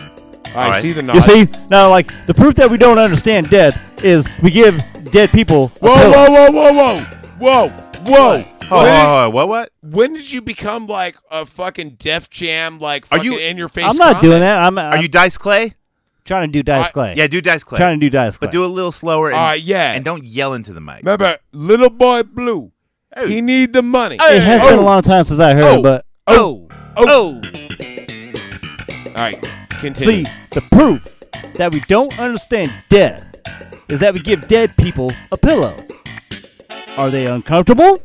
G: I see the nod.
I: You see now, like the proof that we don't understand death is we give dead people. a
G: Whoa,
I: pillow.
G: whoa, whoa, whoa, whoa, whoa, whoa.
H: Oh,
G: When did-
H: oh, oh, what? What?
G: When did you become like a fucking Def Jam, like
H: Are
G: fucking
H: you-
G: in your face?
I: I'm not doing that. I'm.
H: Are you Dice Clay?
I: trying to do Dice Clay?
H: Yeah, do Dice Clay.
I: Trying to do Dice Clay.
H: But do it a little slower. And,
G: Uh, yeah.
H: And don't yell into the mic.
G: Remember, little boy blue. He need the money.
I: it has
H: Oh.
I: been a long time since I heard it, but
G: Oh, oh. All right, continue.
I: see, the proof that we don't understand death is that we give dead people a pillow. Are they uncomfortable?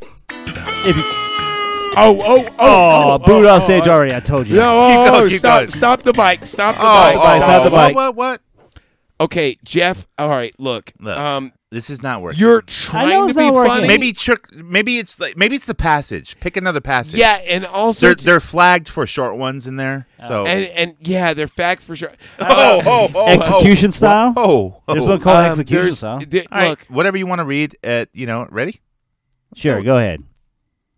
I: If you,
G: oh, oh, oh,
I: oh,
G: oh,
I: booed
G: oh,
I: off
G: oh,
I: stage
G: oh.
I: already. I told you.
G: No, oh,
I: Keep going,
G: oh,
I: keep
G: stop,
I: going.
G: stop the bike. Stop the
I: Oh,
G: bike.
I: oh, Stop the oh, bike.
H: What? What?
G: Okay, Jeff. All right, look.
H: oh. Look,
G: um,
H: this is not working.
G: you're trying to be funny.
H: Maybe trick. Maybe it's like maybe it's the passage. Pick another passage.
G: Yeah, and also
H: they're,
G: t-
H: they're flagged for short ones in there. So
G: and and yeah, they're fact for sure.
H: Oh, oh, oh,
I: Execution
H: oh,
I: style?
H: Oh, oh.
I: There's one called Um, execution there's- style.
G: there-
H: All right,
G: look.
H: whatever you want to read. At you know, ready?
I: Sure, go ahead.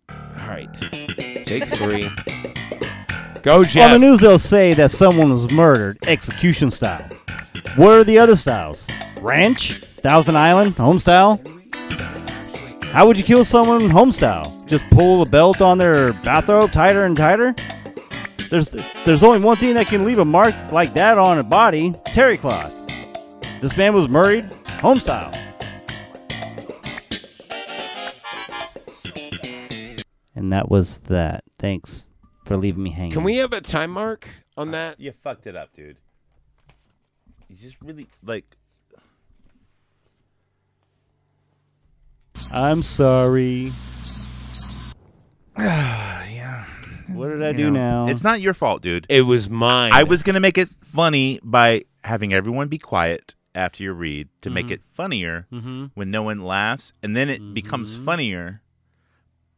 G: All right,
H: oh.
G: take three. Go,
I: On the
G: Jeff.
I: news, they'll say that someone was murdered, execution style. What are the other styles? Ranch, Thousand Island, home style. How would you kill someone home style? Just pull the belt on their bathrobe tighter and tighter? There's there's only one thing that can leave a mark like that on a body: terry cloth. This man was murdered, home style. And that was that. Thanks for leaving me hanging.
G: Can we have a time mark on that?
H: You fucked it up, dude. You just really like.
I: I'm sorry.
H: yeah.
I: What did I
H: You
I: do
H: know,
I: now?
H: It's not your fault, dude.
G: It was mine.
H: I was gonna make it funny by having everyone be quiet after your read to make it funnier
I: Mhm.
H: when no one laughs, and then it becomes funnier.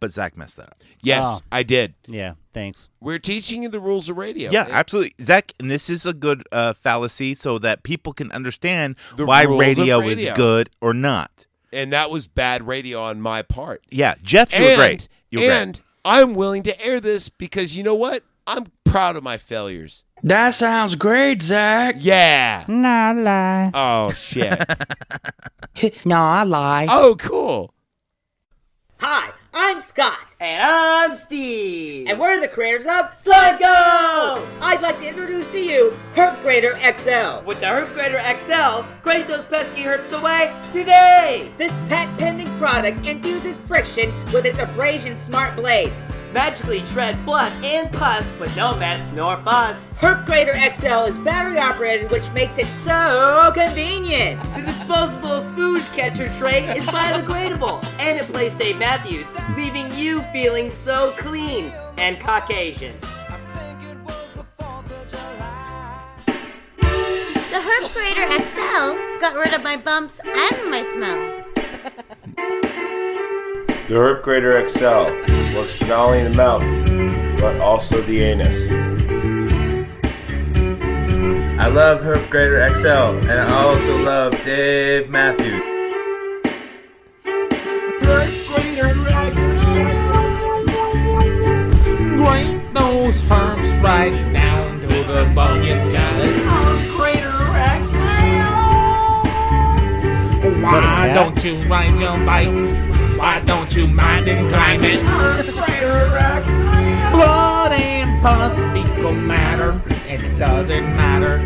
H: But Zach messed that up.
G: Yes,
I: Oh.
G: I did.
I: Yeah, thanks.
G: We're teaching you the rules of radio.
H: Yeah, absolutely, Zach. And this is a good uh, fallacy so that people can understand
G: The
H: why
G: rules of
H: radio, is
G: radio.
H: good or not.
G: and that was bad radio on my part.
H: Yeah, Jeff, you were
G: and,
H: great. You were
G: and I'm willing to air this because you know what? I'm proud of my failures.
C: That sounds great, Zach.
G: Yeah.
C: Nah, lie.
G: Oh shit.
C: nah, I lie.
G: oh, cool.
N: Hi, I'm Scott. And I'm Steve. And we're the creators of Slime Go! I'd like to introduce to you Herb Grader XL. With the Herb Grader XL, grate those pesky herbs away today! This patent pending product infuses friction with its abrasion smart blades. Magically shred blood and pus with no mess nor fuss. Herb Grader XL is battery operated, which makes it so convenient. The disposable spooge catcher tray is biodegradable, and it plays Dave Matthews, leaving you feeling so clean and Caucasian.
K: The Herb Grader XL got rid of my bumps and my smell.
O: The Herb Grater XL works for not only the mouth, but also the anus.
P: I love Herb Grader XL, and I also love Dave Matthews.
Q: Grate those herbs right down to the bone. You got it. Why don't you ride your bike? Why don't you mind and climb it? Blood and pus, fecal matter. It doesn't matter.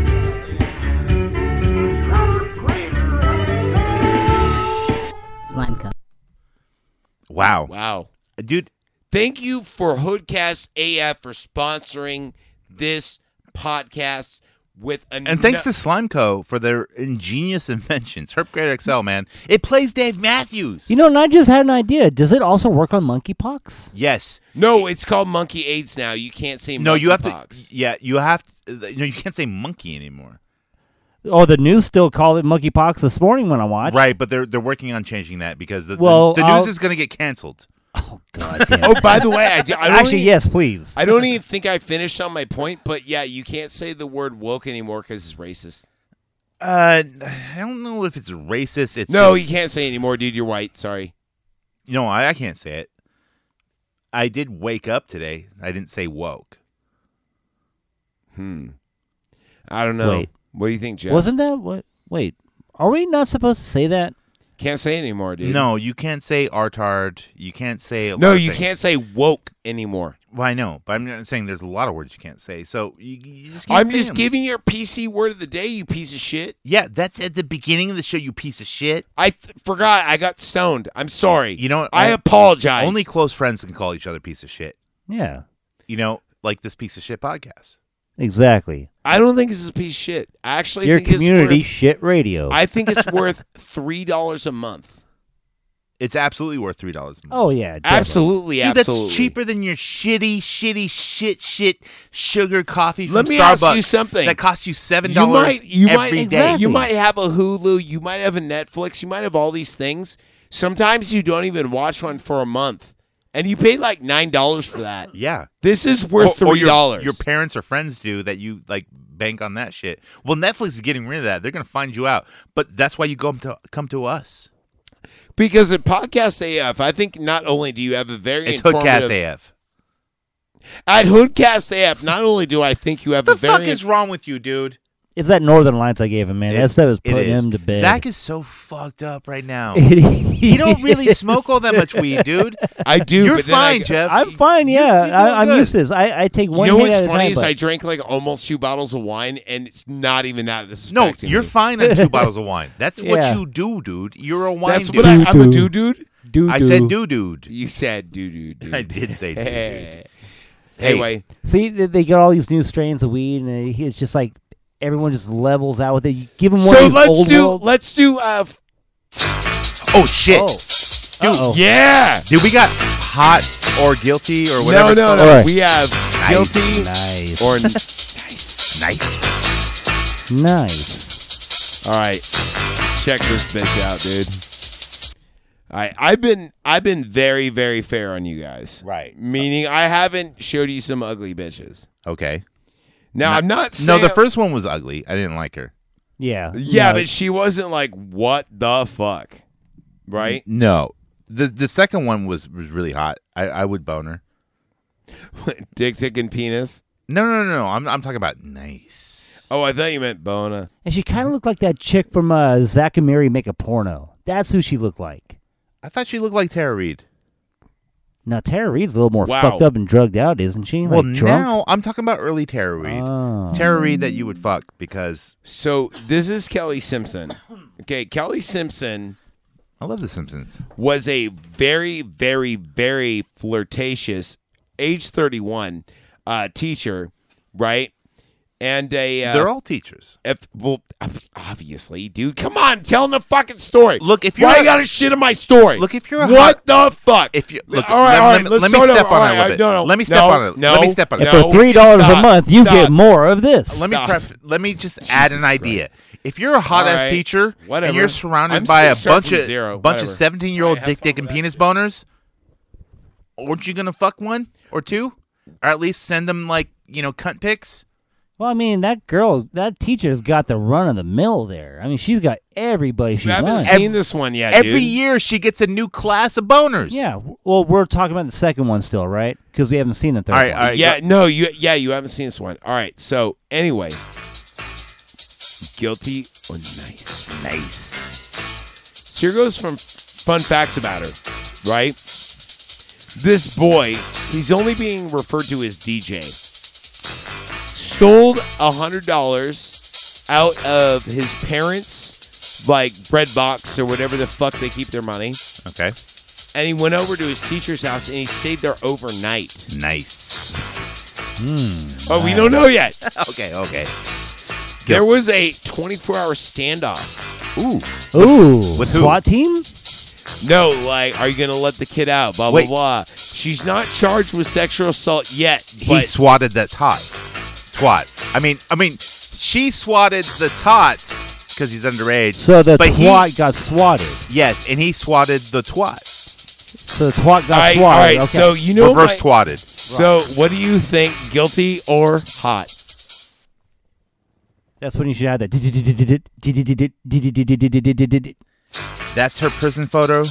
H: Wow.
G: Wow.
H: dude.
G: Thank you for Hoodcast AF for sponsoring this podcast with an-
H: And thanks to Slime Co. for their ingenious inventions. Herp Grade XL, man. It plays Dave Matthews.
I: You know, and I just had an idea. Does it also work on monkeypox?
H: Yes.
G: No, it's called Monkey AIDS now. You can't say
H: No, you have to.
G: monkeypox.
H: Yeah, you have to. No, you can't say monkey anymore.
I: Oh, the news still called it monkeypox this morning when I watched.
H: Right, but they're they're working on changing that because the the-
I: Well,
H: the,
I: I'll-
H: news is going to get canceled.
I: Oh
H: god.
G: Oh, by the way, I, di- I don't
I: Actually,
G: even-
I: yes, please.
G: I don't even think I finished on my point, but yeah, you can't say the word woke anymore because it's racist.
H: Uh, I don't know if it's racist. It's
G: no,
H: just-
G: you can't say anymore, dude. You're white. Sorry.
H: No, I, I can't say it. I did wake up today. I didn't say woke.
G: Hmm. I don't know.
I: Wait.
G: What do you think, Jeff?
I: Wasn't that what? Wait, are we not supposed to say that?
G: Can't say anymore, dude.
H: No, you can't say artard. You can't say a
G: No,
H: lot of
G: you
H: things.
G: can't say woke anymore.
H: Well, I know, but I'm not saying there's a lot of words you can't say. So you, you just. Can't
G: I'm
H: say
G: just
H: 'em.
G: giving your PC word of the day, you piece of shit.
H: Yeah, that's at the beginning of the show. You piece of shit.
G: I th- forgot. I got stoned. I'm sorry.
H: You know, what?
G: I
H: Only-
G: apologize.
H: Only close friends can call each other piece of shit.
I: Yeah,
H: You know, like this piece of shit podcast.
I: exactly.
G: I don't think this is a piece of shit. I actually
I: Your
G: think it's
I: community
G: worth-
I: shit radio.
G: I think it's worth three dollars a month.
H: It's absolutely worth three dollars.
I: oh yeah,
G: Absolutely,
H: Dude,
G: absolutely.
H: That's cheaper than your shitty, shitty, shit, shit sugar coffee from
G: Let me
H: Starbucks.
G: ask you something.
H: that costs you seven
G: You
H: dollars
G: might, you might,
H: every day.
G: you might have a Hulu, you might have a Netflix, you might have all these things. Sometimes you don't even watch one for a month, and you pay like nine dollars for that.
H: Yeah,
G: This is worth
H: Or- or
G: three
H: your-
G: dollars.
H: Your parents or friends do that. You like bank on that shit. Well, Netflix is getting rid of that. They're gonna find you out. But that's why you come to come to us.
G: Because at Podcast AF, I think not only do you have a very
H: It's
G: informative-
H: Hoodcast AF.
G: At Hoodcast AF, not only do I think you have a
H: The
G: very
H: fuck is wrong with you, dude?
I: It's that Northern Lights I gave him, man. that stuff is
H: It
I: putting
H: is.
I: him to bed.
H: Zach is so fucked up right now.
I: It
H: you don't really
I: is.
H: smoke all that much weed, dude.
G: I do,
H: You're
G: but then I
H: fine,
G: go-
H: Jeff.
I: I'm fine. Yeah, I, I'm
H: good.
I: used to this. I, I take
G: You
I: one
G: know
I: hit
G: what's
I: at a
G: funny
I: time.
G: is I drank like almost two bottles of wine, and it's not even that.
H: no,
G: affecting
H: you're
G: me.
H: fine on two bottles of wine. That's
G: Yeah.
H: what you do, dude. You're a wine
G: That's
H: dude.
G: what I, I'm a do dude.
I: Doo-doo.
H: I said do dude.
G: You said do dude.
H: I did say do, dude.
G: Anyway,
I: See, th- they got all these new strains of weed, and it- it's just like everyone just levels out with it. You give them one
G: so
I: of these
G: let's
I: old
G: do
I: world-
G: let's do uh f-
H: Oh shit. Dude,
I: Uh-oh.
G: yeah.
H: Dude, we got hot or guilty or
G: No,
H: whatever.
G: no, no.
I: All right.
G: We have
H: Nice,
G: guilty
I: nice.
G: or
H: Oh, Nice.
I: nice.
G: All right, check this bitch out, dude. All right, I've been I've been very very fair on you guys,
H: Right.
G: Meaning I haven't showed you some ugly bitches.
H: Okay.
G: Now
H: No-
G: I'm not
H: No,
G: saying
H: the first one was ugly. I didn't like her.
I: Yeah.
G: yeah,
I: no,
G: but she wasn't like what the fuck, right?
H: No. The the second one was, was really hot. I, I would bone her. Mm-hmm.
G: Dick, dick, and penis.
H: No, no, no, no. I'm I'm talking about nice.
G: Oh, I thought you meant bona.
I: and she kind of looked like that chick from uh, Zach and Mary Make a Porno. That's who she looked like.
H: I thought she looked like Tara Reid.
I: Now Tara Reid's a little more
G: Wow.
I: fucked up and drugged out, isn't she?
H: Well,
I: like, drunk.
H: now I'm talking about early Tara Reid.
I: Oh.
H: Tara Reid that you would fuck because
G: So this is Kelly Simpson. Okay, Kelly Simpson
H: I love The Simpsons.
G: was a very, very, very flirtatious, age thirty-one, uh, teacher, right? And a uh,
H: They're all teachers.
G: if, well, ob- obviously, dude. Come on, I'm telling the fucking story.
H: Look, if you're
G: why
H: a-
G: you got to shit in my story.
H: Look, if you're a
G: what the fuck.
H: If you- look,
G: all right,
H: let-
G: all
H: let
G: right,
H: me-
G: let's
H: let me
G: start
H: step
G: over.
H: on
G: All
H: it a
G: right,
H: little bit.
G: No, no,
H: let me step
G: no,
H: on it.
G: No,
H: let me step on it.
I: And
G: no,
I: for three dollars a
G: stop,
I: month, you
G: stop.
I: get more of this.
H: Let me
G: Stop.
H: pref- let me just add an
G: Jesus
H: idea. If you're a hot ass
G: Alright,
H: teacher
G: whatever.
H: and you're surrounded
G: I'm just
H: by
G: gonna
H: a
G: start
H: bunch
G: from
H: of
G: zero,
H: bunch
G: whatever.
H: of seventeen year old
G: Alright, have
H: dick dick and penis boners, aren't you gonna fuck one or two, or at least send them like you know cunt pics?
I: Well, I mean, that girl, that teacher's got the run of the mill there. I mean, she's got everybody she
G: I haven't
I: wants.
G: seen this one yet,
H: Every
G: dude.
H: year she gets a new class of boners.
I: yeah. w- Well, we're talking about the second one still, right? Because we haven't seen the third
H: All right,
I: one.
H: all right.
G: yeah, no, you yeah, you haven't seen this one. All right, so anyway, guilty or nice, nice. So here goes from fun facts about her, right? This boy, he's only being referred to as DJ. Stole a hundred dollars out of his parents' like bread box or whatever the fuck they keep their money
H: Okay.
G: and he went over to his teacher's house and he stayed there overnight.
H: Nice.
G: Oh, we don't know yet.
H: okay, okay.
G: There was a 24-hour standoff.
H: Ooh.
I: Ooh,
G: With who?
I: SWAT team?
G: No, like, are you going to let the kid out? Blah blah
H: Wait.
G: blah. She's not charged with sexual assault yet,
H: He
G: but
H: swatted that tot. Twat. I mean, I mean, she swatted the tot because he's underage.
I: So the
H: but he-
I: twat got swatted.
H: yes, and he swatted the twat.
I: So the twat got
G: All right,
I: swatted.
G: all right,
I: okay.
G: so you know
H: Reverse
G: my-
H: twatted.
G: So, what do you think, guilty or hot?
I: That's when you should add that.
H: That's her prison photo.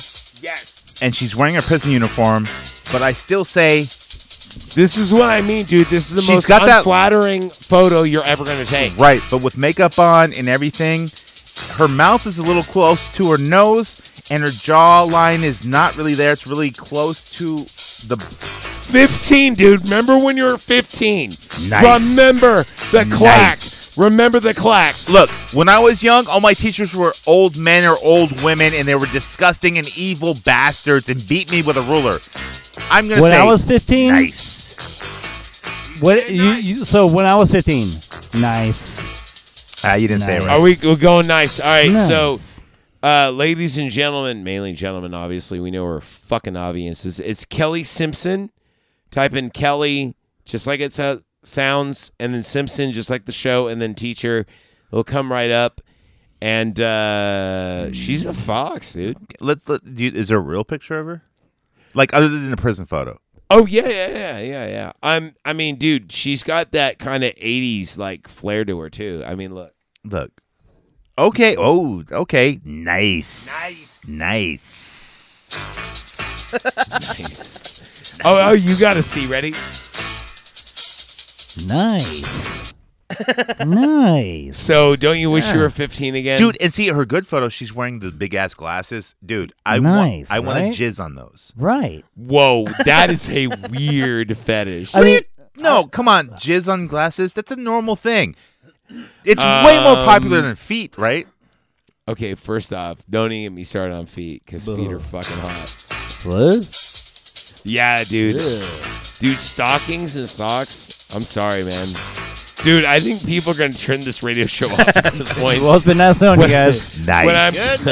G: Yes.
H: And she's wearing a prison uniform, but I still say
G: this is what I mean, dude. This is the most
H: got that
G: unflattering photo you're ever going to take.
H: Right, but with makeup on and everything, her mouth is a little close to her nose, and her jawline is not really there. It's really close to the.
G: 15, dude. Remember when you were 15?
H: Nice.
G: Remember the clack.
H: Nice.
G: Remember the clack.
H: Look, when I was young, all my teachers were old men or old women, and they were disgusting and evil bastards and beat me with a ruler. I'm gonna
I: When
H: say
I: I was 15?
H: Nice.
I: What you, you so when I was 15. Nice.
H: Ah, you didn't say it right.
G: Are we we're going nice? All right,
I: Nice.
G: so. Uh, ladies and gentlemen, mainly gentlemen, obviously, we know our fucking audiences. It's Kelly Simpson. Type in Kelly, just like it so- sounds, and then Simpson, just like the show, and then teacher. It'll come right up. And uh, she's a fox, dude.
H: Let, let, do you, is there a real picture of her? Like other than the prison photo?
G: Oh yeah, yeah, yeah, yeah, yeah. I'm. I mean, dude, she's got that kind of '80s like flair to her too. I mean, look.
H: Look. Okay. Oh, okay. Nice. Nice. Nice.
G: nice. Oh, oh, you gotta see. Ready?
I: Nice. nice.
G: So, don't you wish you
H: Yeah.
G: were 15 again,
H: Dude, and see her good photo, she's wearing the big ass glasses. Dude, I
I: Nice,
H: want I want to
I: right?
H: jizz on those.
I: Right.
G: Whoa, that is a weird fetish.
I: I mean,
H: No, come on. Jizz on glasses, that's a normal thing. It's way more popular
G: Um,
H: than feet, right?
G: Okay, first off, don't even get me started on feet because feet are fucking hot.
I: What?
G: Yeah, dude.
I: Yeah.
G: Dude, stockings and socks. I'm sorry, man. Dude, I think people are gonna turn this radio show off at this point.
I: Well, it's been nice knowing you
G: When-
I: guys.
G: when I'm-
I: Nice.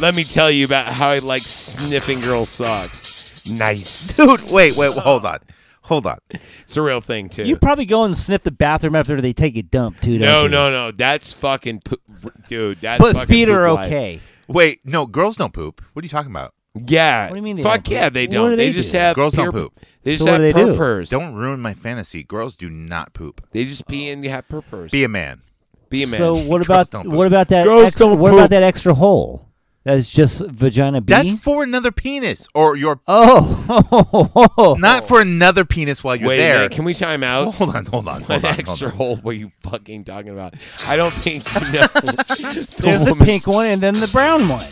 G: Let me tell you about how I like sniffing girls' socks. Nice,
H: dude. Wait, wait, hold on, hold on.
G: It's a real thing too.
I: You probably go and sniff the bathroom after they take a dump too.
G: no,
I: don't you?
G: no, no. That's fucking, poop. dude. That's
I: But
G: fucking
I: feet are
G: poop life.
I: okay.
H: Wait, no, girls don't poop. What are you talking about?
G: Yeah.
I: What do you mean they
G: Fuck
I: don't poop?
G: yeah, they
I: What
G: don't.
I: do
G: they
I: they
G: just
I: do?
G: have
H: Girls
G: peer-
H: don't poop.
G: They just
I: So what
G: have
I: do they do?
G: purpers.
H: Don't ruin my fantasy. Girls do not poop.
G: They just pee and have purpers.
H: Be a man.
G: Be a man.
I: So what
H: Girls
I: about
H: don't
I: what
H: poop.
I: about that?
G: Girls
I: Extra,
G: don't
I: what
G: poop.
I: about that extra hole? That is just vagina B.
H: That's for another penis or your
I: oh,
H: not for another penis while you're
G: Wait a
H: there.
G: minute. Can we time out?
H: hold on, hold on,
G: What
H: hold on.
G: extra
H: hold
G: hole were you fucking talking about? I don't think you know. The
I: there's the
G: woman-
I: pink one and then the brown one.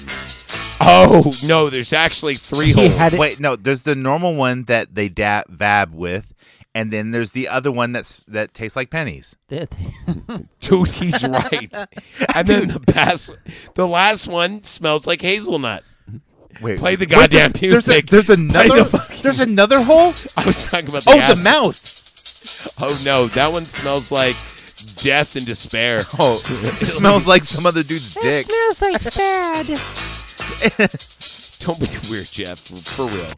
G: Oh no, there's actually three holes.
I: had
H: on. Wait, no. There's the normal one that they dab vab with, and then there's the other one that's that tastes like pennies.
I: That-
G: Dude, he's right. and then the past, the last one smells like hazelnut.
H: Wait,
G: Play the goddamn
H: there's-
G: music.
H: There's, a, there's
G: Play the
H: another.
G: fucking-
H: there's another hole.
G: I was talking about the
H: Oh,
G: ass-
H: the mouth.
G: Oh no, that one smells like death and despair.
H: Oh, it smells like some other dude's dick.
I: smells like sad.
G: Don't be weird, Jeff. For, for real.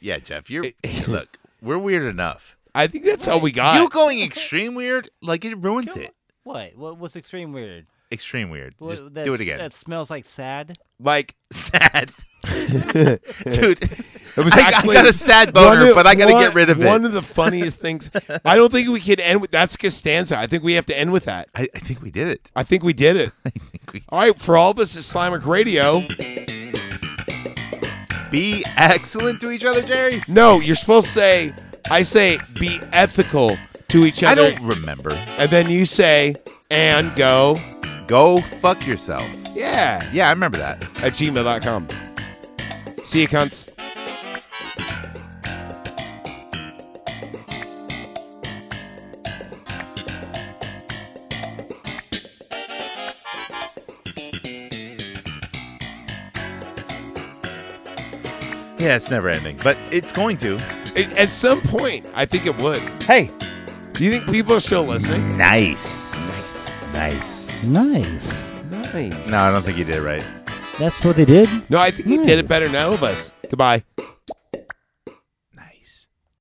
H: yeah, Jeff, you're look. We're weird enough.
G: I think that's how we got.
H: you going extreme weird, like it ruins it.
I: What? What? What's extreme weird?
H: Extreme weird.
I: What-
H: Just do
I: that's-
H: it again.
I: That smells like sad.
G: like
H: sad. Dude,
G: It was
H: I,
G: actually
H: I got a sad boner,
G: one of-
H: but I got to
G: one-
H: get rid of it.
G: One of the funniest things. I don't think we could end with that's Costanza. I think we have to end with that.
H: I, I think we did it.
G: I think we did it.
H: I think we
G: All right, for all of us at Slimer Radio.
H: be excellent to each other, Jerry.
G: No, you're supposed to say. I say be ethical to each
H: I
G: other,
H: don't remember.
G: and then you say and go.
H: Go fuck yourself.
G: Yeah,
H: Yeah, I remember that.
G: at gmail.com. See you, cunts.
H: Yeah, it's never ending, but it's going to.
G: at some point, I think it would.
H: Hey,
G: do you think people are still listening?
H: Nice. Nice.
I: Nice.
G: Nice.
H: No, I don't think you did right.
I: That's what they did.
G: No, I think he did it better than all of us. Goodbye.